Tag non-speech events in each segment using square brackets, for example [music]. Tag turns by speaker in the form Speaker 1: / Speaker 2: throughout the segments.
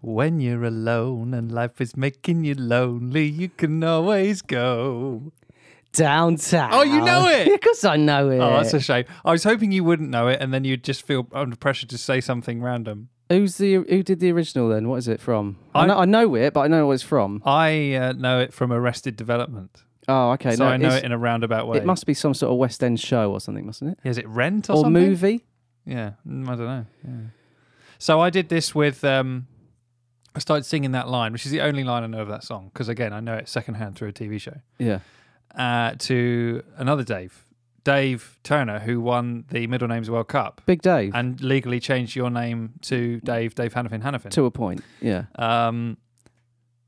Speaker 1: When you're alone and life is making you lonely, you can always go.
Speaker 2: Downtown.
Speaker 1: Oh, you
Speaker 2: [laughs]
Speaker 1: know it!
Speaker 2: Of course I know it.
Speaker 1: Oh, that's a shame. I was hoping you wouldn't know it, and then you'd just feel under pressure to say something random.
Speaker 2: Who's the who did the original then? What is it from? I
Speaker 1: I'm-
Speaker 2: know, I know it, but I don't know where it's from.
Speaker 1: I uh, know it from Arrested Development,
Speaker 2: Oh, okay.
Speaker 1: so
Speaker 2: no,
Speaker 1: I know
Speaker 2: it's-
Speaker 1: it in a roundabout way.
Speaker 2: It must be some sort of West End show or something, mustn't it?
Speaker 1: Is it Rent or,
Speaker 2: Or,
Speaker 1: something?
Speaker 2: movie?
Speaker 1: Yeah, mm, I don't know. Yeah. So I did this with. Um, I started singing that line, which is the only line I know of that song, because again, I know it secondhand through a TV show.
Speaker 2: Yeah.
Speaker 1: Uh, to another Dave, Dave Turner, who won the Middle Names World Cup
Speaker 2: Big Dave.
Speaker 1: and legally changed your name to Dave Dave Hannafin Hannafin.
Speaker 2: to a point. Yeah.
Speaker 1: Um,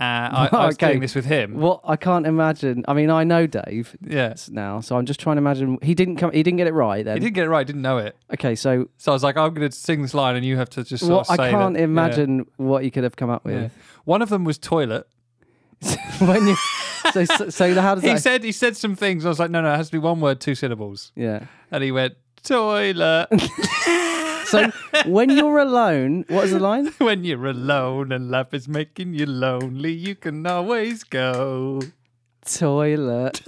Speaker 1: uh, I, I was
Speaker 2: [laughs] Okay.
Speaker 1: doing this with him.
Speaker 2: What I can't imagine. I mean, I know Dave
Speaker 1: Yeah,
Speaker 2: now, so I'm just trying to imagine. He didn't come. He didn't get it right
Speaker 1: he
Speaker 2: then.
Speaker 1: didn't get it right. Didn't know it.
Speaker 2: Okay, so
Speaker 1: So I was like, I'm going to sing this line, and you have to just sort
Speaker 2: what
Speaker 1: of
Speaker 2: I
Speaker 1: say that-
Speaker 2: can't
Speaker 1: yeah,
Speaker 2: imagine what you could have come up
Speaker 1: yeah.
Speaker 2: with.
Speaker 1: One of them was toilet.
Speaker 2: [laughs] when you so so, so how does
Speaker 1: He
Speaker 2: that?
Speaker 1: said he said some things. I was like, no, no, it has to be one word, two syllables.
Speaker 2: yeah.
Speaker 1: And he went toilet.
Speaker 2: [laughs]
Speaker 1: [laughs]
Speaker 2: So when you're alone, what is the line?
Speaker 1: when you're alone and life is making you lonely, you can always go. [laughs]
Speaker 2: Toilet.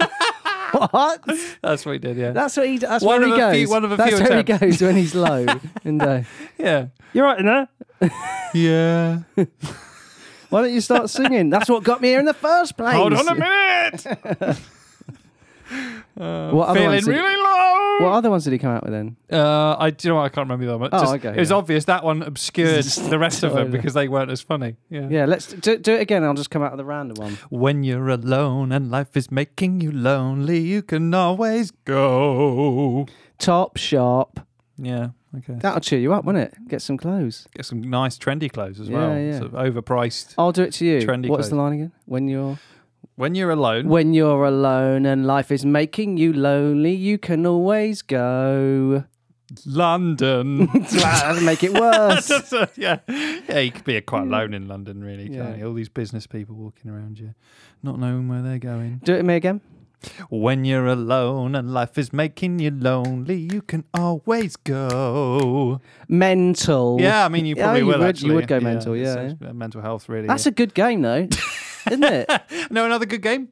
Speaker 2: what?
Speaker 1: That's what he did. Yeah,
Speaker 2: That's what he. That's
Speaker 1: One
Speaker 2: where he
Speaker 1: of a
Speaker 2: goes.
Speaker 1: few- one of a
Speaker 2: that's
Speaker 1: few
Speaker 2: where he goes when
Speaker 1: [laughs]
Speaker 2: he's low. and uh,
Speaker 1: yeah,
Speaker 2: you're right, no?
Speaker 1: yeah.
Speaker 2: Why don't you start singing? That's what got me here in the first place.
Speaker 1: Hold on a minute. [laughs] Uh,
Speaker 2: What other
Speaker 1: feeling
Speaker 2: ones did-
Speaker 1: really low.
Speaker 2: What other ones did he come out with then?
Speaker 1: Uh, I do you know what? I can't remember the other one.
Speaker 2: Oh,
Speaker 1: Just-
Speaker 2: okay,
Speaker 1: it was
Speaker 2: yeah.
Speaker 1: obvious that one obscured the rest of them
Speaker 2: Totally.
Speaker 1: because they weren't as funny. Yeah.
Speaker 2: Yeah, let's do, do it again. I'll just come out with the random one.
Speaker 1: When you're alone and life is making you lonely, you can always go.
Speaker 2: Top shop.
Speaker 1: Yeah. Okay.
Speaker 2: That'll cheer you up, won't it? Get some clothes.
Speaker 1: Get some nice trendy clothes as
Speaker 2: Yeah,
Speaker 1: well.
Speaker 2: yeah. Oh.
Speaker 1: Sort of overpriced.
Speaker 2: I'll do it to you.
Speaker 1: Trendy
Speaker 2: What's the line again? When you're
Speaker 1: When you're alone,
Speaker 2: when you're alone and life is making you lonely, you can
Speaker 1: [laughs]
Speaker 2: always go.
Speaker 1: London.
Speaker 2: That'll make it
Speaker 1: [laughs]
Speaker 2: worse.
Speaker 1: That's a- yeah. Yeah, you could be quite alone in London, really, can't
Speaker 2: Yeah.
Speaker 1: you? All these business people walking around you, not knowing where they're going.
Speaker 2: do it to me again.
Speaker 1: When you're alone and life is making you lonely, you can always go.
Speaker 2: Mental.
Speaker 1: Yeah, I mean, you
Speaker 2: Yeah,
Speaker 1: probably
Speaker 2: you
Speaker 1: will
Speaker 2: would- you
Speaker 1: actually.
Speaker 2: would go mental,
Speaker 1: it's-
Speaker 2: yeah,
Speaker 1: it's, uh, mental health, really.
Speaker 2: That's a good game though,
Speaker 1: [laughs]
Speaker 2: isn't it?
Speaker 1: no, another good game.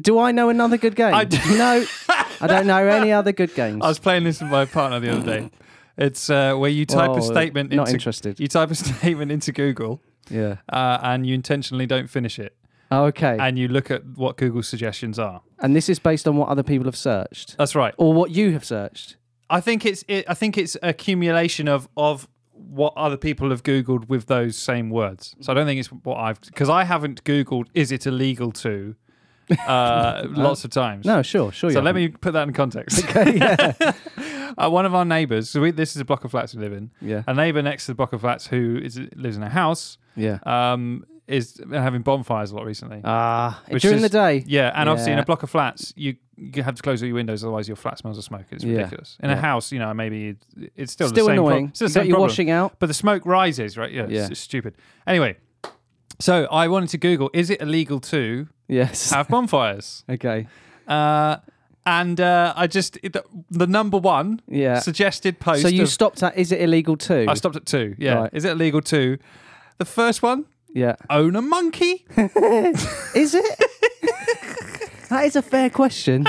Speaker 2: Do I know another good game?
Speaker 1: I do- [laughs]
Speaker 2: [laughs] No, I don't know any other good games.
Speaker 1: I was playing this with my partner the other
Speaker 2: [laughs]
Speaker 1: day. It's uh, where you type
Speaker 2: Well,
Speaker 1: a statement.
Speaker 2: Oh, Not
Speaker 1: into,
Speaker 2: interested.
Speaker 1: You type a [laughs] statement into Google,
Speaker 2: Yeah. Oh,
Speaker 1: uh, and you intentionally don't finish it,
Speaker 2: Okay. And,
Speaker 1: and you look at what Google's suggestions are.
Speaker 2: this is based on what other people have searched
Speaker 1: That's right.
Speaker 2: or what you have searched.
Speaker 1: I think it's it, I think it's accumulation of of what other people have googled with those same words. So I don't think it's what I've because I haven't googled is it illegal to
Speaker 2: [laughs]
Speaker 1: uh, lots of times.
Speaker 2: No, sure, sure.
Speaker 1: So
Speaker 2: you
Speaker 1: let
Speaker 2: haven't.
Speaker 1: me put that in
Speaker 2: [laughs]
Speaker 1: context. [laughs]
Speaker 2: yeah.
Speaker 1: uh, one of our neighbours. So we, this is a block of flats we live in.
Speaker 2: yeah.
Speaker 1: A neighbour next to the block of flats who is lives in a house
Speaker 2: Yeah.
Speaker 1: um, is having bonfires a lot recently.
Speaker 2: Ah,
Speaker 1: Uh, Which
Speaker 2: during
Speaker 1: is-
Speaker 2: the day.
Speaker 1: Yeah, and obviously in
Speaker 2: Yeah.
Speaker 1: a block of flats, you you have to close all your windows, otherwise your flat smells of smoke. It's
Speaker 2: Yeah.
Speaker 1: ridiculous. In a
Speaker 2: Yeah.
Speaker 1: house, you know, maybe it- it's still,
Speaker 2: Still,
Speaker 1: the same pro-
Speaker 2: annoying.
Speaker 1: it's still the
Speaker 2: you got
Speaker 1: same
Speaker 2: your
Speaker 1: problem.
Speaker 2: washing out.
Speaker 1: But the smoke rises, right? Yeah,
Speaker 2: Yeah.
Speaker 1: It's, it's stupid. Anyway, so I wanted to Google: Is it illegal to
Speaker 2: Yes. [laughs]
Speaker 1: have bonfires?
Speaker 2: okay.
Speaker 1: uh, and uh, I just it- the, the number one
Speaker 2: Yeah. So,
Speaker 1: suggested post.
Speaker 2: you
Speaker 1: of-
Speaker 2: stopped at is it illegal too?
Speaker 1: I stopped at two. Yeah,
Speaker 2: Right.
Speaker 1: is it illegal to? The first one:
Speaker 2: yeah.
Speaker 1: Own a monkey. [laughs]
Speaker 2: Is it? that is a fair question.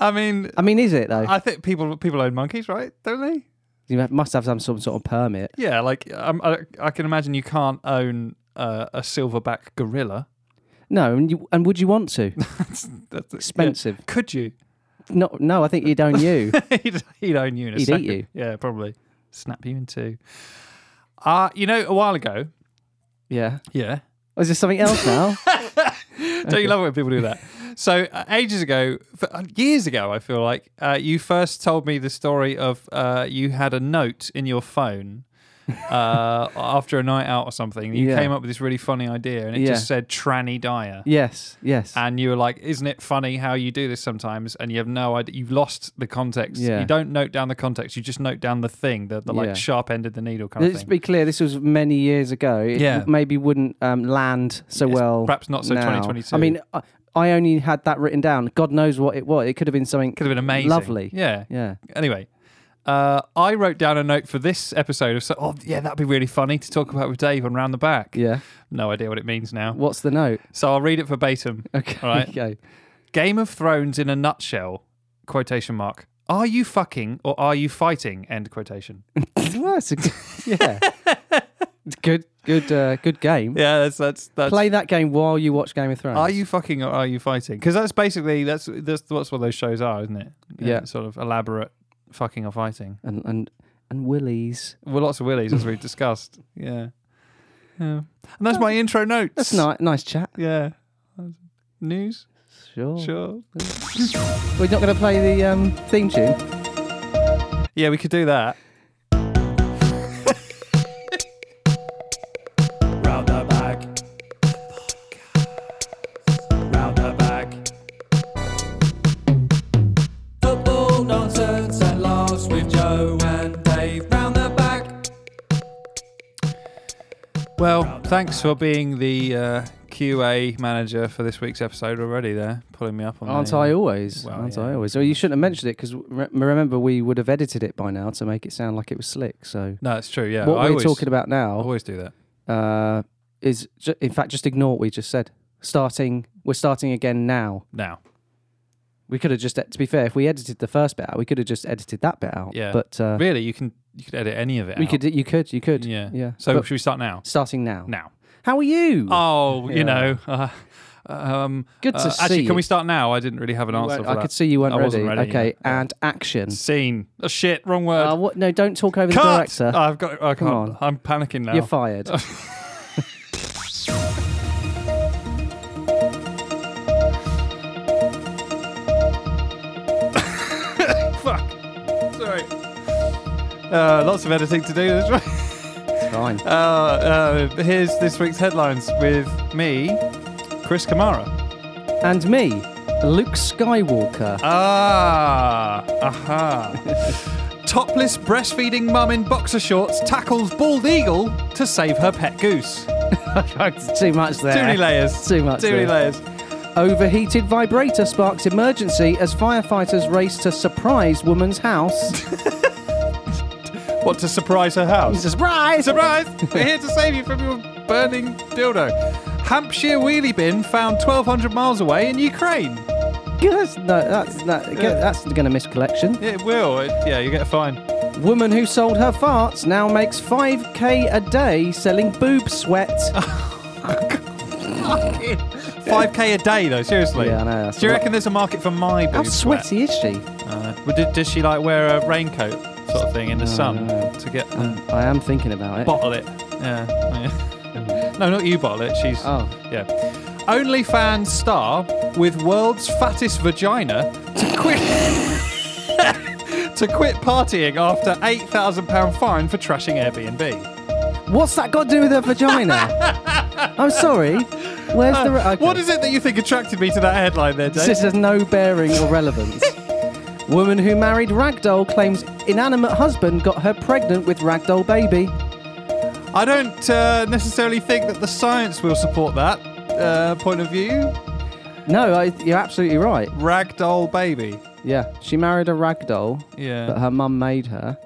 Speaker 1: I mean,
Speaker 2: I mean, is it though?
Speaker 1: I think people people own monkeys, right? Don't they?
Speaker 2: you ha- must have some sort of permit.
Speaker 1: Yeah, like um, I, I can imagine you can't own uh, a silverback gorilla.
Speaker 2: No, and, you, and would you
Speaker 1: [laughs]
Speaker 2: want to?
Speaker 1: that's, that's yeah.
Speaker 2: Expensive.
Speaker 1: Could you?
Speaker 2: No, no, I think you'd
Speaker 1: [laughs]
Speaker 2: own you.
Speaker 1: he'd, he'd own you in a
Speaker 2: He'd eat
Speaker 1: second.
Speaker 2: you.
Speaker 1: Yeah, probably snap you in two. Uh, you know, a while ago.
Speaker 2: Yeah.
Speaker 1: Yeah,
Speaker 2: Or is there something else
Speaker 1: [laughs]
Speaker 2: now?
Speaker 1: don't you love it when people do
Speaker 2: [laughs]
Speaker 1: that? So uh, ages ago, for, uh, years ago, I feel like uh, you first told me the story of uh, you had a note in your phone.
Speaker 2: [laughs]
Speaker 1: uh, after a night out or something, you
Speaker 2: Yeah.
Speaker 1: came up with this really funny idea, and it
Speaker 2: Yeah.
Speaker 1: just said "tranny dyer."
Speaker 2: yes, yes.
Speaker 1: and you were like, "Isn't it funny how you do this sometimes?" And you have no idea. You've lost the context.
Speaker 2: Yeah.
Speaker 1: You don't note down the context. You just note down the thing, the, the like
Speaker 2: Yeah.
Speaker 1: sharp end of the needle kind
Speaker 2: Let's
Speaker 1: of
Speaker 2: be
Speaker 1: thing.
Speaker 2: clear, this was many years ago. It
Speaker 1: Yeah.
Speaker 2: maybe wouldn't um, land so
Speaker 1: It's
Speaker 2: well.
Speaker 1: perhaps not so
Speaker 2: now.
Speaker 1: 2022.
Speaker 2: I mean, I, I only had that written down. God knows what it was. It could have been something
Speaker 1: Could have been amazing.
Speaker 2: lovely.
Speaker 1: Yeah.
Speaker 2: Yeah.
Speaker 1: Anyway, uh, I wrote down a note for this episode of so, oh yeah, that'd be really funny to talk about with Dave on Round the Back.
Speaker 2: Yeah.
Speaker 1: No idea what it means now.
Speaker 2: What's the note? [laughs]
Speaker 1: So I'll read it verbatim.
Speaker 2: Okay.
Speaker 1: All right.
Speaker 2: Okay.
Speaker 1: Game of Thrones in a nutshell, quotation mark. Are you fucking or are you fighting? End quotation.
Speaker 2: Well, it's a g- [laughs]
Speaker 1: [laughs]
Speaker 2: yeah. It's Good. Good. Uh, good game.
Speaker 1: Yeah, that's that's that's
Speaker 2: Play that game while you watch Game of Thrones.
Speaker 1: Are you fucking or are you fighting? Because that's basically that's that's that's what those shows are, isn't it? Uh,
Speaker 2: Yeah.
Speaker 1: sort of elaborate fucking or fighting.
Speaker 2: and and and Willies.
Speaker 1: Well, lots of willies as we discussed. [laughs] Yeah, yeah. And that's my intro notes.
Speaker 2: That's ni- nice chat.
Speaker 1: Yeah. News.
Speaker 2: Sure.
Speaker 1: Sure.
Speaker 2: We're not going to play the um, theme tune.
Speaker 1: Yeah, we could do that. Round the back. Round the back. Football nonsense and laughs with Joe and Dave. Round the back. Well, thanks for being the uh, QA manager for this week's episode already. There, pulling me up on.
Speaker 2: Aren't
Speaker 1: the, uh,
Speaker 2: I always?
Speaker 1: Well,
Speaker 2: Aren't
Speaker 1: yeah.
Speaker 2: I always? Well, you shouldn't have mentioned it because re- remember we would have edited it by now to make it sound like it was slick. So
Speaker 1: No, it's true. Yeah,
Speaker 2: what
Speaker 1: I
Speaker 2: we're
Speaker 1: always,
Speaker 2: talking about
Speaker 1: I
Speaker 2: now
Speaker 1: always do that.
Speaker 2: uh, is, ju- in fact, just ignore what we just said. Starting, we're starting again now.
Speaker 1: Now,
Speaker 2: We could have just, e, to be fair, if we edited the first bit out, we could have just edited that bit out.
Speaker 1: Yeah.
Speaker 2: But uh,
Speaker 1: really, you can you could edit any of it.
Speaker 2: we
Speaker 1: out.
Speaker 2: could, you could, you could.
Speaker 1: Yeah.
Speaker 2: Yeah.
Speaker 1: So
Speaker 2: But
Speaker 1: should we start now?
Speaker 2: starting now.
Speaker 1: Now.
Speaker 2: How are you?
Speaker 1: Oh,
Speaker 2: [laughs] Yeah.
Speaker 1: you know. Uh, um,
Speaker 2: Good to
Speaker 1: uh, actually,
Speaker 2: see
Speaker 1: can
Speaker 2: you.
Speaker 1: we start now? I didn't really have an
Speaker 2: You
Speaker 1: answer
Speaker 2: weren't-
Speaker 1: for
Speaker 2: I
Speaker 1: that.
Speaker 2: could see you weren't
Speaker 1: I
Speaker 2: ready.
Speaker 1: wasn't ready,
Speaker 2: Okay,
Speaker 1: yeah.
Speaker 2: and action.
Speaker 1: Scene. Oh shit! Wrong word.
Speaker 2: Uh, what? No, don't talk over
Speaker 1: Cut!
Speaker 2: the director.
Speaker 1: Oh, I've got. I can't.
Speaker 2: on.
Speaker 1: I'm panicking now.
Speaker 2: You're
Speaker 1: [laughs]
Speaker 2: fired.
Speaker 1: Fuck. Sorry. Uh, lots of editing to do. That's right.
Speaker 2: Fine.
Speaker 1: [laughs] Uh, uh, here's this week's headlines with me, Chris Kamara.
Speaker 2: And me, Luke Skywalker.
Speaker 1: Uh, Ah, aha. [laughs] Topless breastfeeding mum in boxer shorts tackles bald eagle to save her pet
Speaker 2: [laughs]
Speaker 1: goose.
Speaker 2: Too much there.
Speaker 1: Too many layers.
Speaker 2: Too much
Speaker 1: Too many
Speaker 2: there.
Speaker 1: layers.
Speaker 2: Overheated vibrator sparks emergency as firefighters race to surprise woman's house.
Speaker 1: What to surprise her house? [laughs] [laughs]
Speaker 2: surprise!
Speaker 1: Surprise! We're here to save you from your burning dildo. Hampshire wheelie bin found 1,200 miles away in Ukraine.
Speaker 2: Yes, no, that's that, that's going to miss collection.
Speaker 1: Yeah, it will. It- yeah, you get a [laughs] fine.
Speaker 2: Woman who sold her farts now makes 5k a day selling boob sweat.
Speaker 1: Oh, 5k a day though, seriously.
Speaker 2: Yeah, I know, that's
Speaker 1: Do you
Speaker 2: a lot.
Speaker 1: reckon there's a market for my boob
Speaker 2: How sweaty is she?
Speaker 1: sweat? Uh, well, did, does she like wear a raincoat sort of thing in the sun
Speaker 2: no.
Speaker 1: to get
Speaker 2: I am thinking about it.
Speaker 1: bottle it? Yeah. [laughs] yeah. no, not you bottle it. She's
Speaker 2: Oh,
Speaker 1: Yeah. OnlyFans star with world's fattest vagina to quit [laughs] to quit partying after eight thousand pound fine for trashing Airbnb.
Speaker 2: what's that got to do with
Speaker 1: [laughs]
Speaker 2: her vagina? I'm sorry. Where's the? Re- okay.
Speaker 1: Uh, What is it that you think attracted me to that headline there,
Speaker 2: This
Speaker 1: Dave?
Speaker 2: has no bearing or relevance.
Speaker 1: [laughs]
Speaker 2: Woman who married Ragdoll claims inanimate husband got her pregnant with Ragdoll baby.
Speaker 1: I don't uh, necessarily think that the science will support that uh, point of view.
Speaker 2: No, I, you're absolutely right.
Speaker 1: Ragdoll baby.
Speaker 2: Yeah, she married a Ragdoll that
Speaker 1: Yeah.
Speaker 2: her mum made her.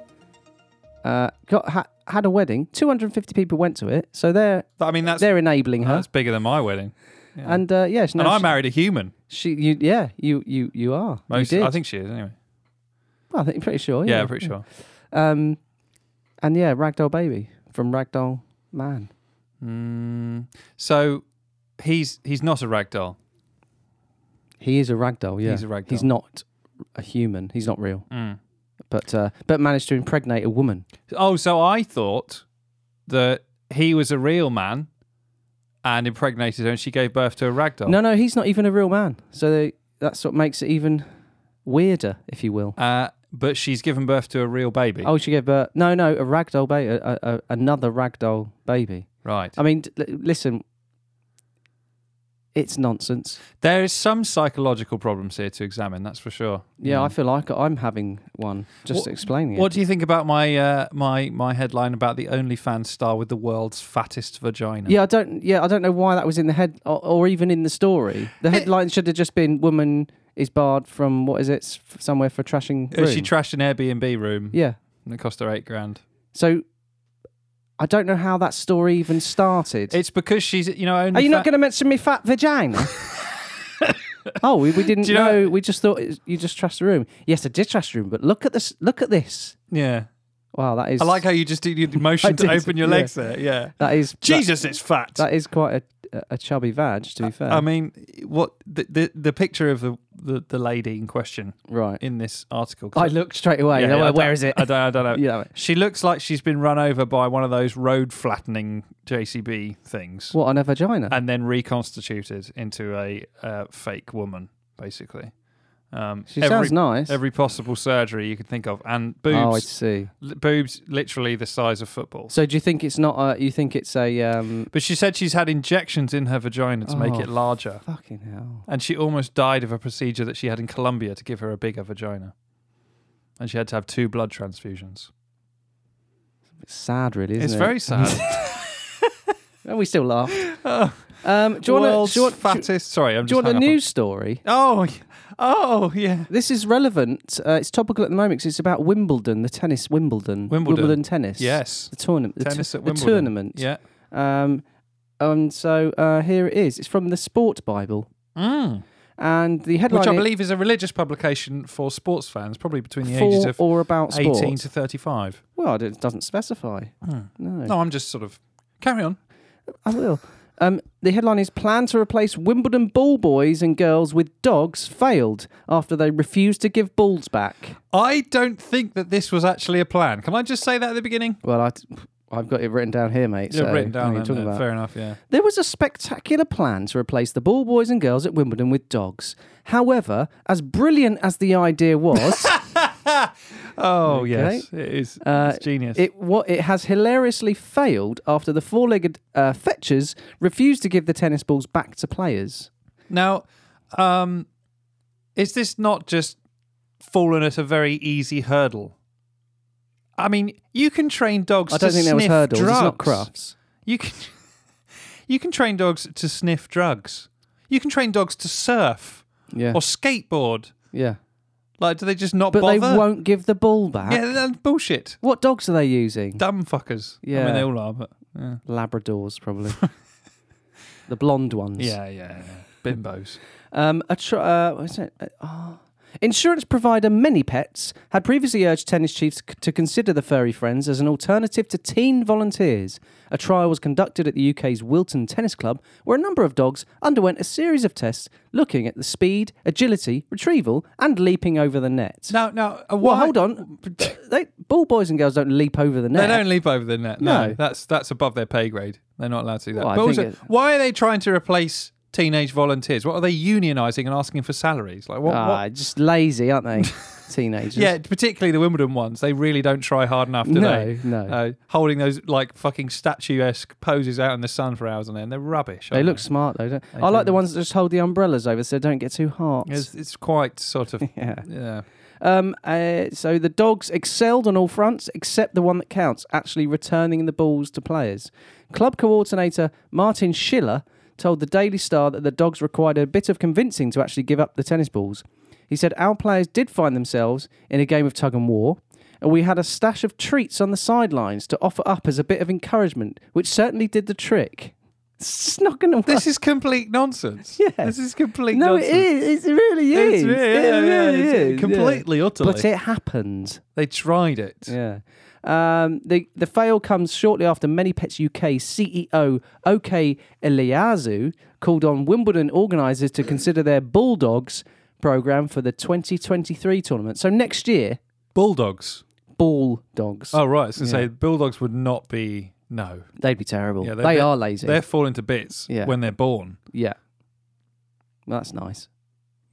Speaker 2: Uh, got ha- had a wedding. 250 people went to it, so they're
Speaker 1: I mean, that's
Speaker 2: they're enabling her.
Speaker 1: that's bigger than my wedding,
Speaker 2: And uh, yes, no,
Speaker 1: and I
Speaker 2: she-
Speaker 1: married a human.
Speaker 2: she, you, yeah, you you you are.
Speaker 1: Most,
Speaker 2: you did.
Speaker 1: I think she is anyway.
Speaker 2: Well, I think pretty sure.
Speaker 1: Yeah,
Speaker 2: Yeah,
Speaker 1: I'm pretty sure.
Speaker 2: Um, and yeah, Ragdoll baby from Ragdoll man.
Speaker 1: Mm, so he's he's not a ragdoll.
Speaker 2: He is a ragdoll. Yeah,
Speaker 1: He's a ragdoll.
Speaker 2: He's not a human. He's not real.
Speaker 1: Mm.
Speaker 2: But uh, but managed to impregnate a woman.
Speaker 1: Oh, so I thought that he was a real man and impregnated her, and she gave birth to a ragdoll.
Speaker 2: No, no, he's not even a real man. So they, that's what makes it even weirder, if you will.
Speaker 1: Uh, but she's given birth to a real baby.
Speaker 2: Oh, she gave birth. No, no, a ragdoll baby, a, a, another ragdoll baby.
Speaker 1: Right.
Speaker 2: I mean, l- listen, it's nonsense.
Speaker 1: There is some psychological problems here to examine, that's for sure.
Speaker 2: Yeah, I feel like I'm having one. Just
Speaker 1: What-
Speaker 2: explaining it.
Speaker 1: What do you think about my uh, my my headline about the OnlyFans star with the world's fattest vagina?
Speaker 2: Yeah, I don't. Yeah, I don't know why that was in the head or, or even in the story. The headline should have just been "Woman is barred from what is it? s- Somewhere for trashing.
Speaker 1: Uh,
Speaker 2: Room.
Speaker 1: She trashed an Airbnb room
Speaker 2: yeah.
Speaker 1: and it cost her eight grand.
Speaker 2: So I don't know how that story even started.
Speaker 1: It's because she's, you know, only
Speaker 2: Are you
Speaker 1: fa-
Speaker 2: not going to mention me fat vagina?
Speaker 1: [laughs]
Speaker 2: oh, we, we didn't
Speaker 1: Do you
Speaker 2: know,
Speaker 1: know-
Speaker 2: We just thought it, you just trashed the room. Yes, I did trash the room, but look at this. Look at this.
Speaker 1: Yeah.
Speaker 2: Wow, that is.
Speaker 1: I like how you just
Speaker 2: [laughs]
Speaker 1: did the motion to
Speaker 2: did,
Speaker 1: open your
Speaker 2: yeah.
Speaker 1: legs there. Yeah.
Speaker 2: that is. that-
Speaker 1: Jesus, Uh, it's fat.
Speaker 2: that uh, is quite a, a chubby vag, to be fair.
Speaker 1: I mean, what the, the the picture of the, the the lady in question
Speaker 2: right.
Speaker 1: in this article. 'cause
Speaker 2: I looked straight away.
Speaker 1: Yeah,
Speaker 2: Where-
Speaker 1: yeah, I
Speaker 2: where
Speaker 1: don't-
Speaker 2: is it?
Speaker 1: I don't, I don't know.
Speaker 2: [laughs] Yeah.
Speaker 1: She looks like she's been run over by one of those road flattening JCB things
Speaker 2: What on her vagina?
Speaker 1: and then reconstituted into a uh, fake woman, basically. Um,
Speaker 2: she
Speaker 1: every,
Speaker 2: sounds nice.
Speaker 1: Every possible surgery you could think of, and boobs,
Speaker 2: Oh, I see.
Speaker 1: li- boobs, literally the size of footballs.
Speaker 2: So do you think it's not? A, you think it's a um,
Speaker 1: But she said she's had injections in her vagina to make
Speaker 2: Oh,
Speaker 1: it larger,
Speaker 2: fucking hell?
Speaker 1: and she almost died of a procedure that she had in Colombia to give her a bigger vagina, and she had to have two blood transfusions.
Speaker 2: It's sad, really. Isn't
Speaker 1: it's
Speaker 2: it? [laughs]
Speaker 1: very sad.
Speaker 2: And we still laugh.
Speaker 1: Oh.
Speaker 2: Um, do you want?
Speaker 1: World's
Speaker 2: to Do you want? Do
Speaker 1: fattest? sorry, I'm
Speaker 2: you
Speaker 1: just
Speaker 2: want a
Speaker 1: hung up on-
Speaker 2: news story?
Speaker 1: Oh, y- oh yeah.
Speaker 2: This is relevant. Uh, it's topical at the moment 'cause it's about Wimbledon, the tennis Wimbledon.
Speaker 1: Wimbledon.
Speaker 2: tennis.
Speaker 1: Yes.
Speaker 2: The tournament. The,
Speaker 1: Tennis
Speaker 2: tu-
Speaker 1: at
Speaker 2: the
Speaker 1: Wimbledon.
Speaker 2: tournament.
Speaker 1: Yeah.
Speaker 2: Um, and so uh, here it is. It's from the Sport Bible.
Speaker 1: Mm.
Speaker 2: And the headline
Speaker 1: Which I
Speaker 2: is
Speaker 1: believe is a religious publication for sports fans, probably between the ages
Speaker 2: for
Speaker 1: of
Speaker 2: or about sport.
Speaker 1: 18 to 35.
Speaker 2: Well, it doesn't specify.
Speaker 1: Mm.
Speaker 2: No.
Speaker 1: No, I'm just sort of carry on.
Speaker 2: I will. Um, the headline is Plan to replace Wimbledon ball boys and girls with dogs failed after they refused to give balls back.
Speaker 1: I don't think that this was actually a plan. Can I just say that at the beginning?
Speaker 2: Well, I, have got it written down here, mate.
Speaker 1: Yeah,
Speaker 2: so
Speaker 1: written
Speaker 2: I know
Speaker 1: down.
Speaker 2: what you're
Speaker 1: then,
Speaker 2: talking
Speaker 1: uh,
Speaker 2: about.
Speaker 1: Fair enough. Yeah.
Speaker 2: There was a spectacular plan to replace the ball boys and girls at Wimbledon with dogs. However, as brilliant as the idea
Speaker 1: [laughs]
Speaker 2: was, [laughs]
Speaker 1: Oh
Speaker 2: Okay.
Speaker 1: yes, it is.
Speaker 2: Uh,
Speaker 1: it's genius.
Speaker 2: it what it has hilariously failed after the four-legged uh, fetchers refused to give the tennis balls back to players.
Speaker 1: now, um, is this not just fallen at a very easy hurdle? I mean, you can train dogs.
Speaker 2: I don't
Speaker 1: to
Speaker 2: think there was
Speaker 1: sniff
Speaker 2: hurdles.
Speaker 1: Drugs.
Speaker 2: It's not crafts.
Speaker 1: You can [laughs] you can train dogs to sniff drugs. You can train dogs to surf
Speaker 2: Yeah,
Speaker 1: or skateboard.
Speaker 2: yeah.
Speaker 1: Like, do they just not
Speaker 2: But
Speaker 1: bother?
Speaker 2: they won't give the ball back.
Speaker 1: Yeah, that's bullshit.
Speaker 2: What dogs are they using?
Speaker 1: Dumb fuckers. I
Speaker 2: Yeah.
Speaker 1: mean, they all are. But yeah, [laughs]
Speaker 2: Labradors, probably. the blonde ones.
Speaker 1: yeah, yeah. yeah.
Speaker 2: [laughs]
Speaker 1: Bimbos.
Speaker 2: Um, a tr- uh, what is it? Uh, ah. Insurance provider Many Pets had previously urged tennis chiefs c- to consider the furry friends as an alternative to teen volunteers. A trial was conducted at the UK's Wilton Tennis Club, where a number of dogs underwent a series of tests looking at the speed, agility, retrieval, and leaping over the net.
Speaker 1: Now, now, uh,
Speaker 2: well,
Speaker 1: why- [coughs]
Speaker 2: hold on. they, ball boys and girls don't leap over the
Speaker 1: They
Speaker 2: net.
Speaker 1: don't leap over the net. No,
Speaker 2: No.
Speaker 1: that's that's above their pay grade. They're not allowed to do that.
Speaker 2: Well, I
Speaker 1: but also,
Speaker 2: think it-
Speaker 1: why are they trying to replace teenage volunteers? What are they unionising and asking for salaries? Like what? what-
Speaker 2: Ah, just lazy,
Speaker 1: [laughs]
Speaker 2: aren't they? Teenagers.
Speaker 1: Yeah, particularly the Wimbledon ones. They really don't try hard enough, do
Speaker 2: No,
Speaker 1: they?
Speaker 2: no.
Speaker 1: Uh, holding those like fucking statuesque poses out in the sun for hours on end. They're rubbish.
Speaker 2: They
Speaker 1: aren't
Speaker 2: look smart though. Don't
Speaker 1: They
Speaker 2: I like
Speaker 1: do.
Speaker 2: the ones that just hold the umbrellas over so they don't get too hot.
Speaker 1: It's, it's quite sort of.
Speaker 2: [laughs] Yeah.
Speaker 1: Yeah.
Speaker 2: Um, uh, so the dogs excelled on all fronts except the one that counts, actually returning the balls to players. Club coordinator Martin Schiller told the Daily Star that the dogs required a bit of convincing to actually give up the tennis balls. He said, Our players did find themselves in a game of tug and war, and we had a stash of treats on the sidelines to offer up as a bit of encouragement, which certainly did the trick. It's just not going to work.
Speaker 1: This is complete
Speaker 2: [laughs]
Speaker 1: nonsense.
Speaker 2: Yeah.
Speaker 1: This is complete
Speaker 2: no, it
Speaker 1: nonsense.
Speaker 2: is. It really is.
Speaker 1: It's really,
Speaker 2: it
Speaker 1: yeah,
Speaker 2: really
Speaker 1: yeah,
Speaker 2: is.
Speaker 1: it's completely,
Speaker 2: yeah.
Speaker 1: utterly.
Speaker 2: But it happened.
Speaker 1: they tried it.
Speaker 2: Yeah. Um, the the fail comes shortly after Many Pets UK CEO OK Eliazu called on Wimbledon organisers to consider their Bulldogs program for the 2023 tournament. So next year,
Speaker 1: Bulldogs.
Speaker 2: Bulldogs.
Speaker 1: Oh right, I was gonna
Speaker 2: Yeah.
Speaker 1: say bulldogs would not be no.
Speaker 2: They'd be terrible.
Speaker 1: Yeah,
Speaker 2: they
Speaker 1: they're bit-
Speaker 2: are lazy.
Speaker 1: They're falling to bits
Speaker 2: Yeah.
Speaker 1: when they're born.
Speaker 2: Yeah. Well, that's nice.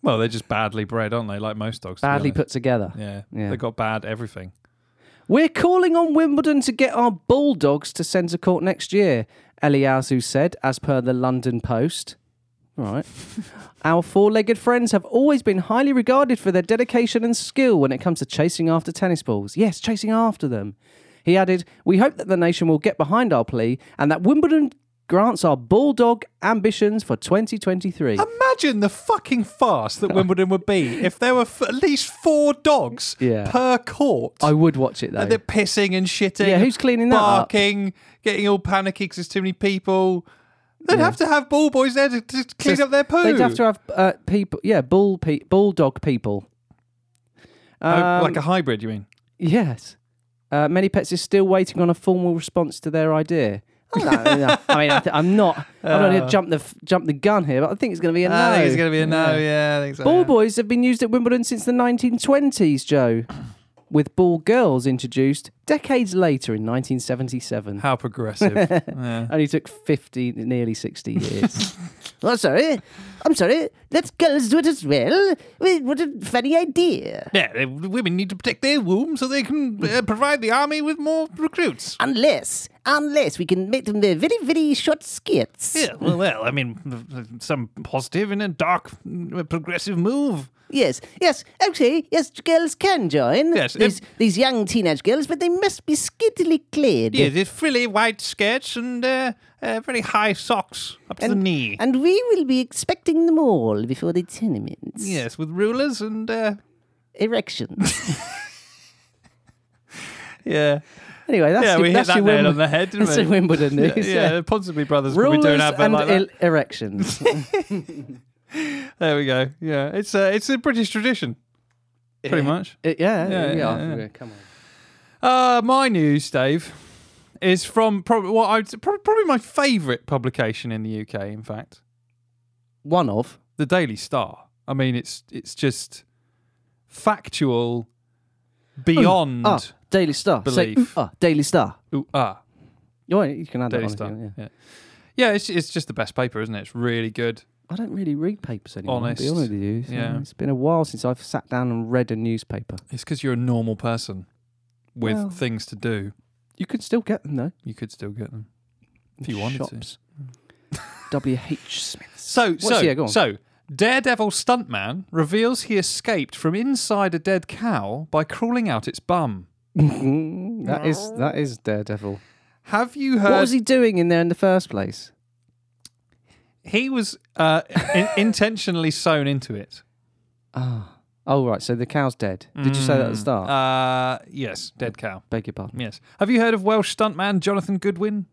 Speaker 1: Well, they're just badly bred, aren't they? Like most dogs. to be
Speaker 2: Badly
Speaker 1: honest.
Speaker 2: put together.
Speaker 1: Yeah.
Speaker 2: Yeah.
Speaker 1: They got bad everything.
Speaker 2: We're calling on Wimbledon to get our Bulldogs to centre court next year, Eliazu said, as per the London Post.
Speaker 1: [laughs]
Speaker 2: Right. our four legged friends have always been highly regarded for their dedication and skill when it comes to chasing after tennis balls. Yes, chasing after them. He added, We hope that the nation will get behind our plea and that Wimbledon grants our bulldog ambitions for 2023.
Speaker 1: Imagine the fucking farce
Speaker 2: [laughs]
Speaker 1: that Wimbledon would be if there were f- at least four dogs
Speaker 2: Yeah.
Speaker 1: per court.
Speaker 2: I would watch it though.
Speaker 1: They're pissing and shitting.
Speaker 2: Yeah, who's cleaning that up?
Speaker 1: Barking, getting all panicky because there's too many people. They'd have to have ball boys there to, to clean
Speaker 2: Just-
Speaker 1: up their poo.
Speaker 2: They'd have to have uh, people, yeah, bull pe- bulldog people.
Speaker 1: Oh,
Speaker 2: Um,
Speaker 1: like a hybrid, you mean?
Speaker 2: Yes. Uh, many pets is still waiting on a formal response to their idea. I, don't know. I mean, I th- I'm not. I'm not going to jump the f- jump the gun here, but I think it's going to be a no.
Speaker 1: I think Oh. it's going to be a no. Yeah, I think so.
Speaker 2: Ball
Speaker 1: yeah.
Speaker 2: boys have been used at Wimbledon since the 1920s, Joe, with ball girls introduced decades later in 1977.
Speaker 1: How progressive. [laughs] yeah.
Speaker 2: Only took 50, nearly 60 years. I'm Oh, sorry. I'm sorry. Let's girls do it as well. What a funny idea.
Speaker 1: Yeah, they- women need to protect their womb so they can uh, provide the army with more recruits.
Speaker 2: Unless, unless we can make them the very, very short skits.
Speaker 1: Yeah, well, well, I mean, some positive and a dark, uh, progressive move.
Speaker 2: Yes, yes, actually, yes, girls can join.
Speaker 1: Yes,
Speaker 2: These,
Speaker 1: if-
Speaker 2: these young teenage girls, but they must be skittily clad.
Speaker 1: Yeah, there's frilly white skirts and uh, uh, very high socks up to the knee.
Speaker 2: And we will be expecting them all before the tournament.
Speaker 1: yes, with rulers and uh,
Speaker 2: Erections.
Speaker 1: [laughs] yeah,
Speaker 2: anyway, that's
Speaker 1: yeah.
Speaker 2: your,
Speaker 1: We hit
Speaker 2: that's
Speaker 1: that
Speaker 2: your
Speaker 1: nail
Speaker 2: Wimbledon.
Speaker 1: on the head, didn't
Speaker 2: That's your
Speaker 1: we?
Speaker 2: Wimbledon news.
Speaker 1: Yeah, yeah, the Ponsonby brothers would be
Speaker 2: Rulers
Speaker 1: doing advert
Speaker 2: and
Speaker 1: like that.
Speaker 2: el-
Speaker 1: [laughs]
Speaker 2: erections. Uh,
Speaker 1: there we go. Yeah, it's uh, it's a British tradition, pretty much.
Speaker 2: yeah, yeah,
Speaker 1: Yeah, yeah, yeah.
Speaker 2: Come on.
Speaker 1: Uh, my news, Dave, is from probably what I probably, probably my favourite publication in the UK. In fact,
Speaker 2: One of.
Speaker 1: the Daily Star. I mean, it's it's just factual beyond.
Speaker 2: Ah, Daily Star. Say,
Speaker 1: Belief.
Speaker 2: ah, Daily Star.
Speaker 1: Ooh, ah.
Speaker 2: You want- you can add
Speaker 1: Daily
Speaker 2: that
Speaker 1: Star.
Speaker 2: on. if you want, yeah.
Speaker 1: Yeah, yeah. It's it's just the best paper, isn't it? It's really good.
Speaker 2: I don't really read papers anymore. to be
Speaker 1: Honest.
Speaker 2: honest with you. So
Speaker 1: Yeah.
Speaker 2: It's been a while since I've sat down and read a newspaper.
Speaker 1: It's because you're a normal person with
Speaker 2: Well-
Speaker 1: things to do.
Speaker 2: You could still get them though.
Speaker 1: You could still get them if you wanted to.
Speaker 2: Shops. W. H. Smith.
Speaker 1: So so
Speaker 2: yeah, go on.
Speaker 1: so. Daredevil stuntman reveals he escaped from inside a dead cow by crawling out its bum.
Speaker 2: [laughs] that is that is Daredevil.
Speaker 1: Have you
Speaker 2: What
Speaker 1: heard?
Speaker 2: was he doing in there in the first place?
Speaker 1: he was uh, in- [laughs] intentionally sewn into it.
Speaker 2: Ah. Oh right, so the cow's dead. Did you say that at the start?
Speaker 1: Mm. Uh, yes, dead cow.
Speaker 2: Beg your pardon.
Speaker 1: Yes. Have you heard of Welsh stuntman Jonathan Goodwin?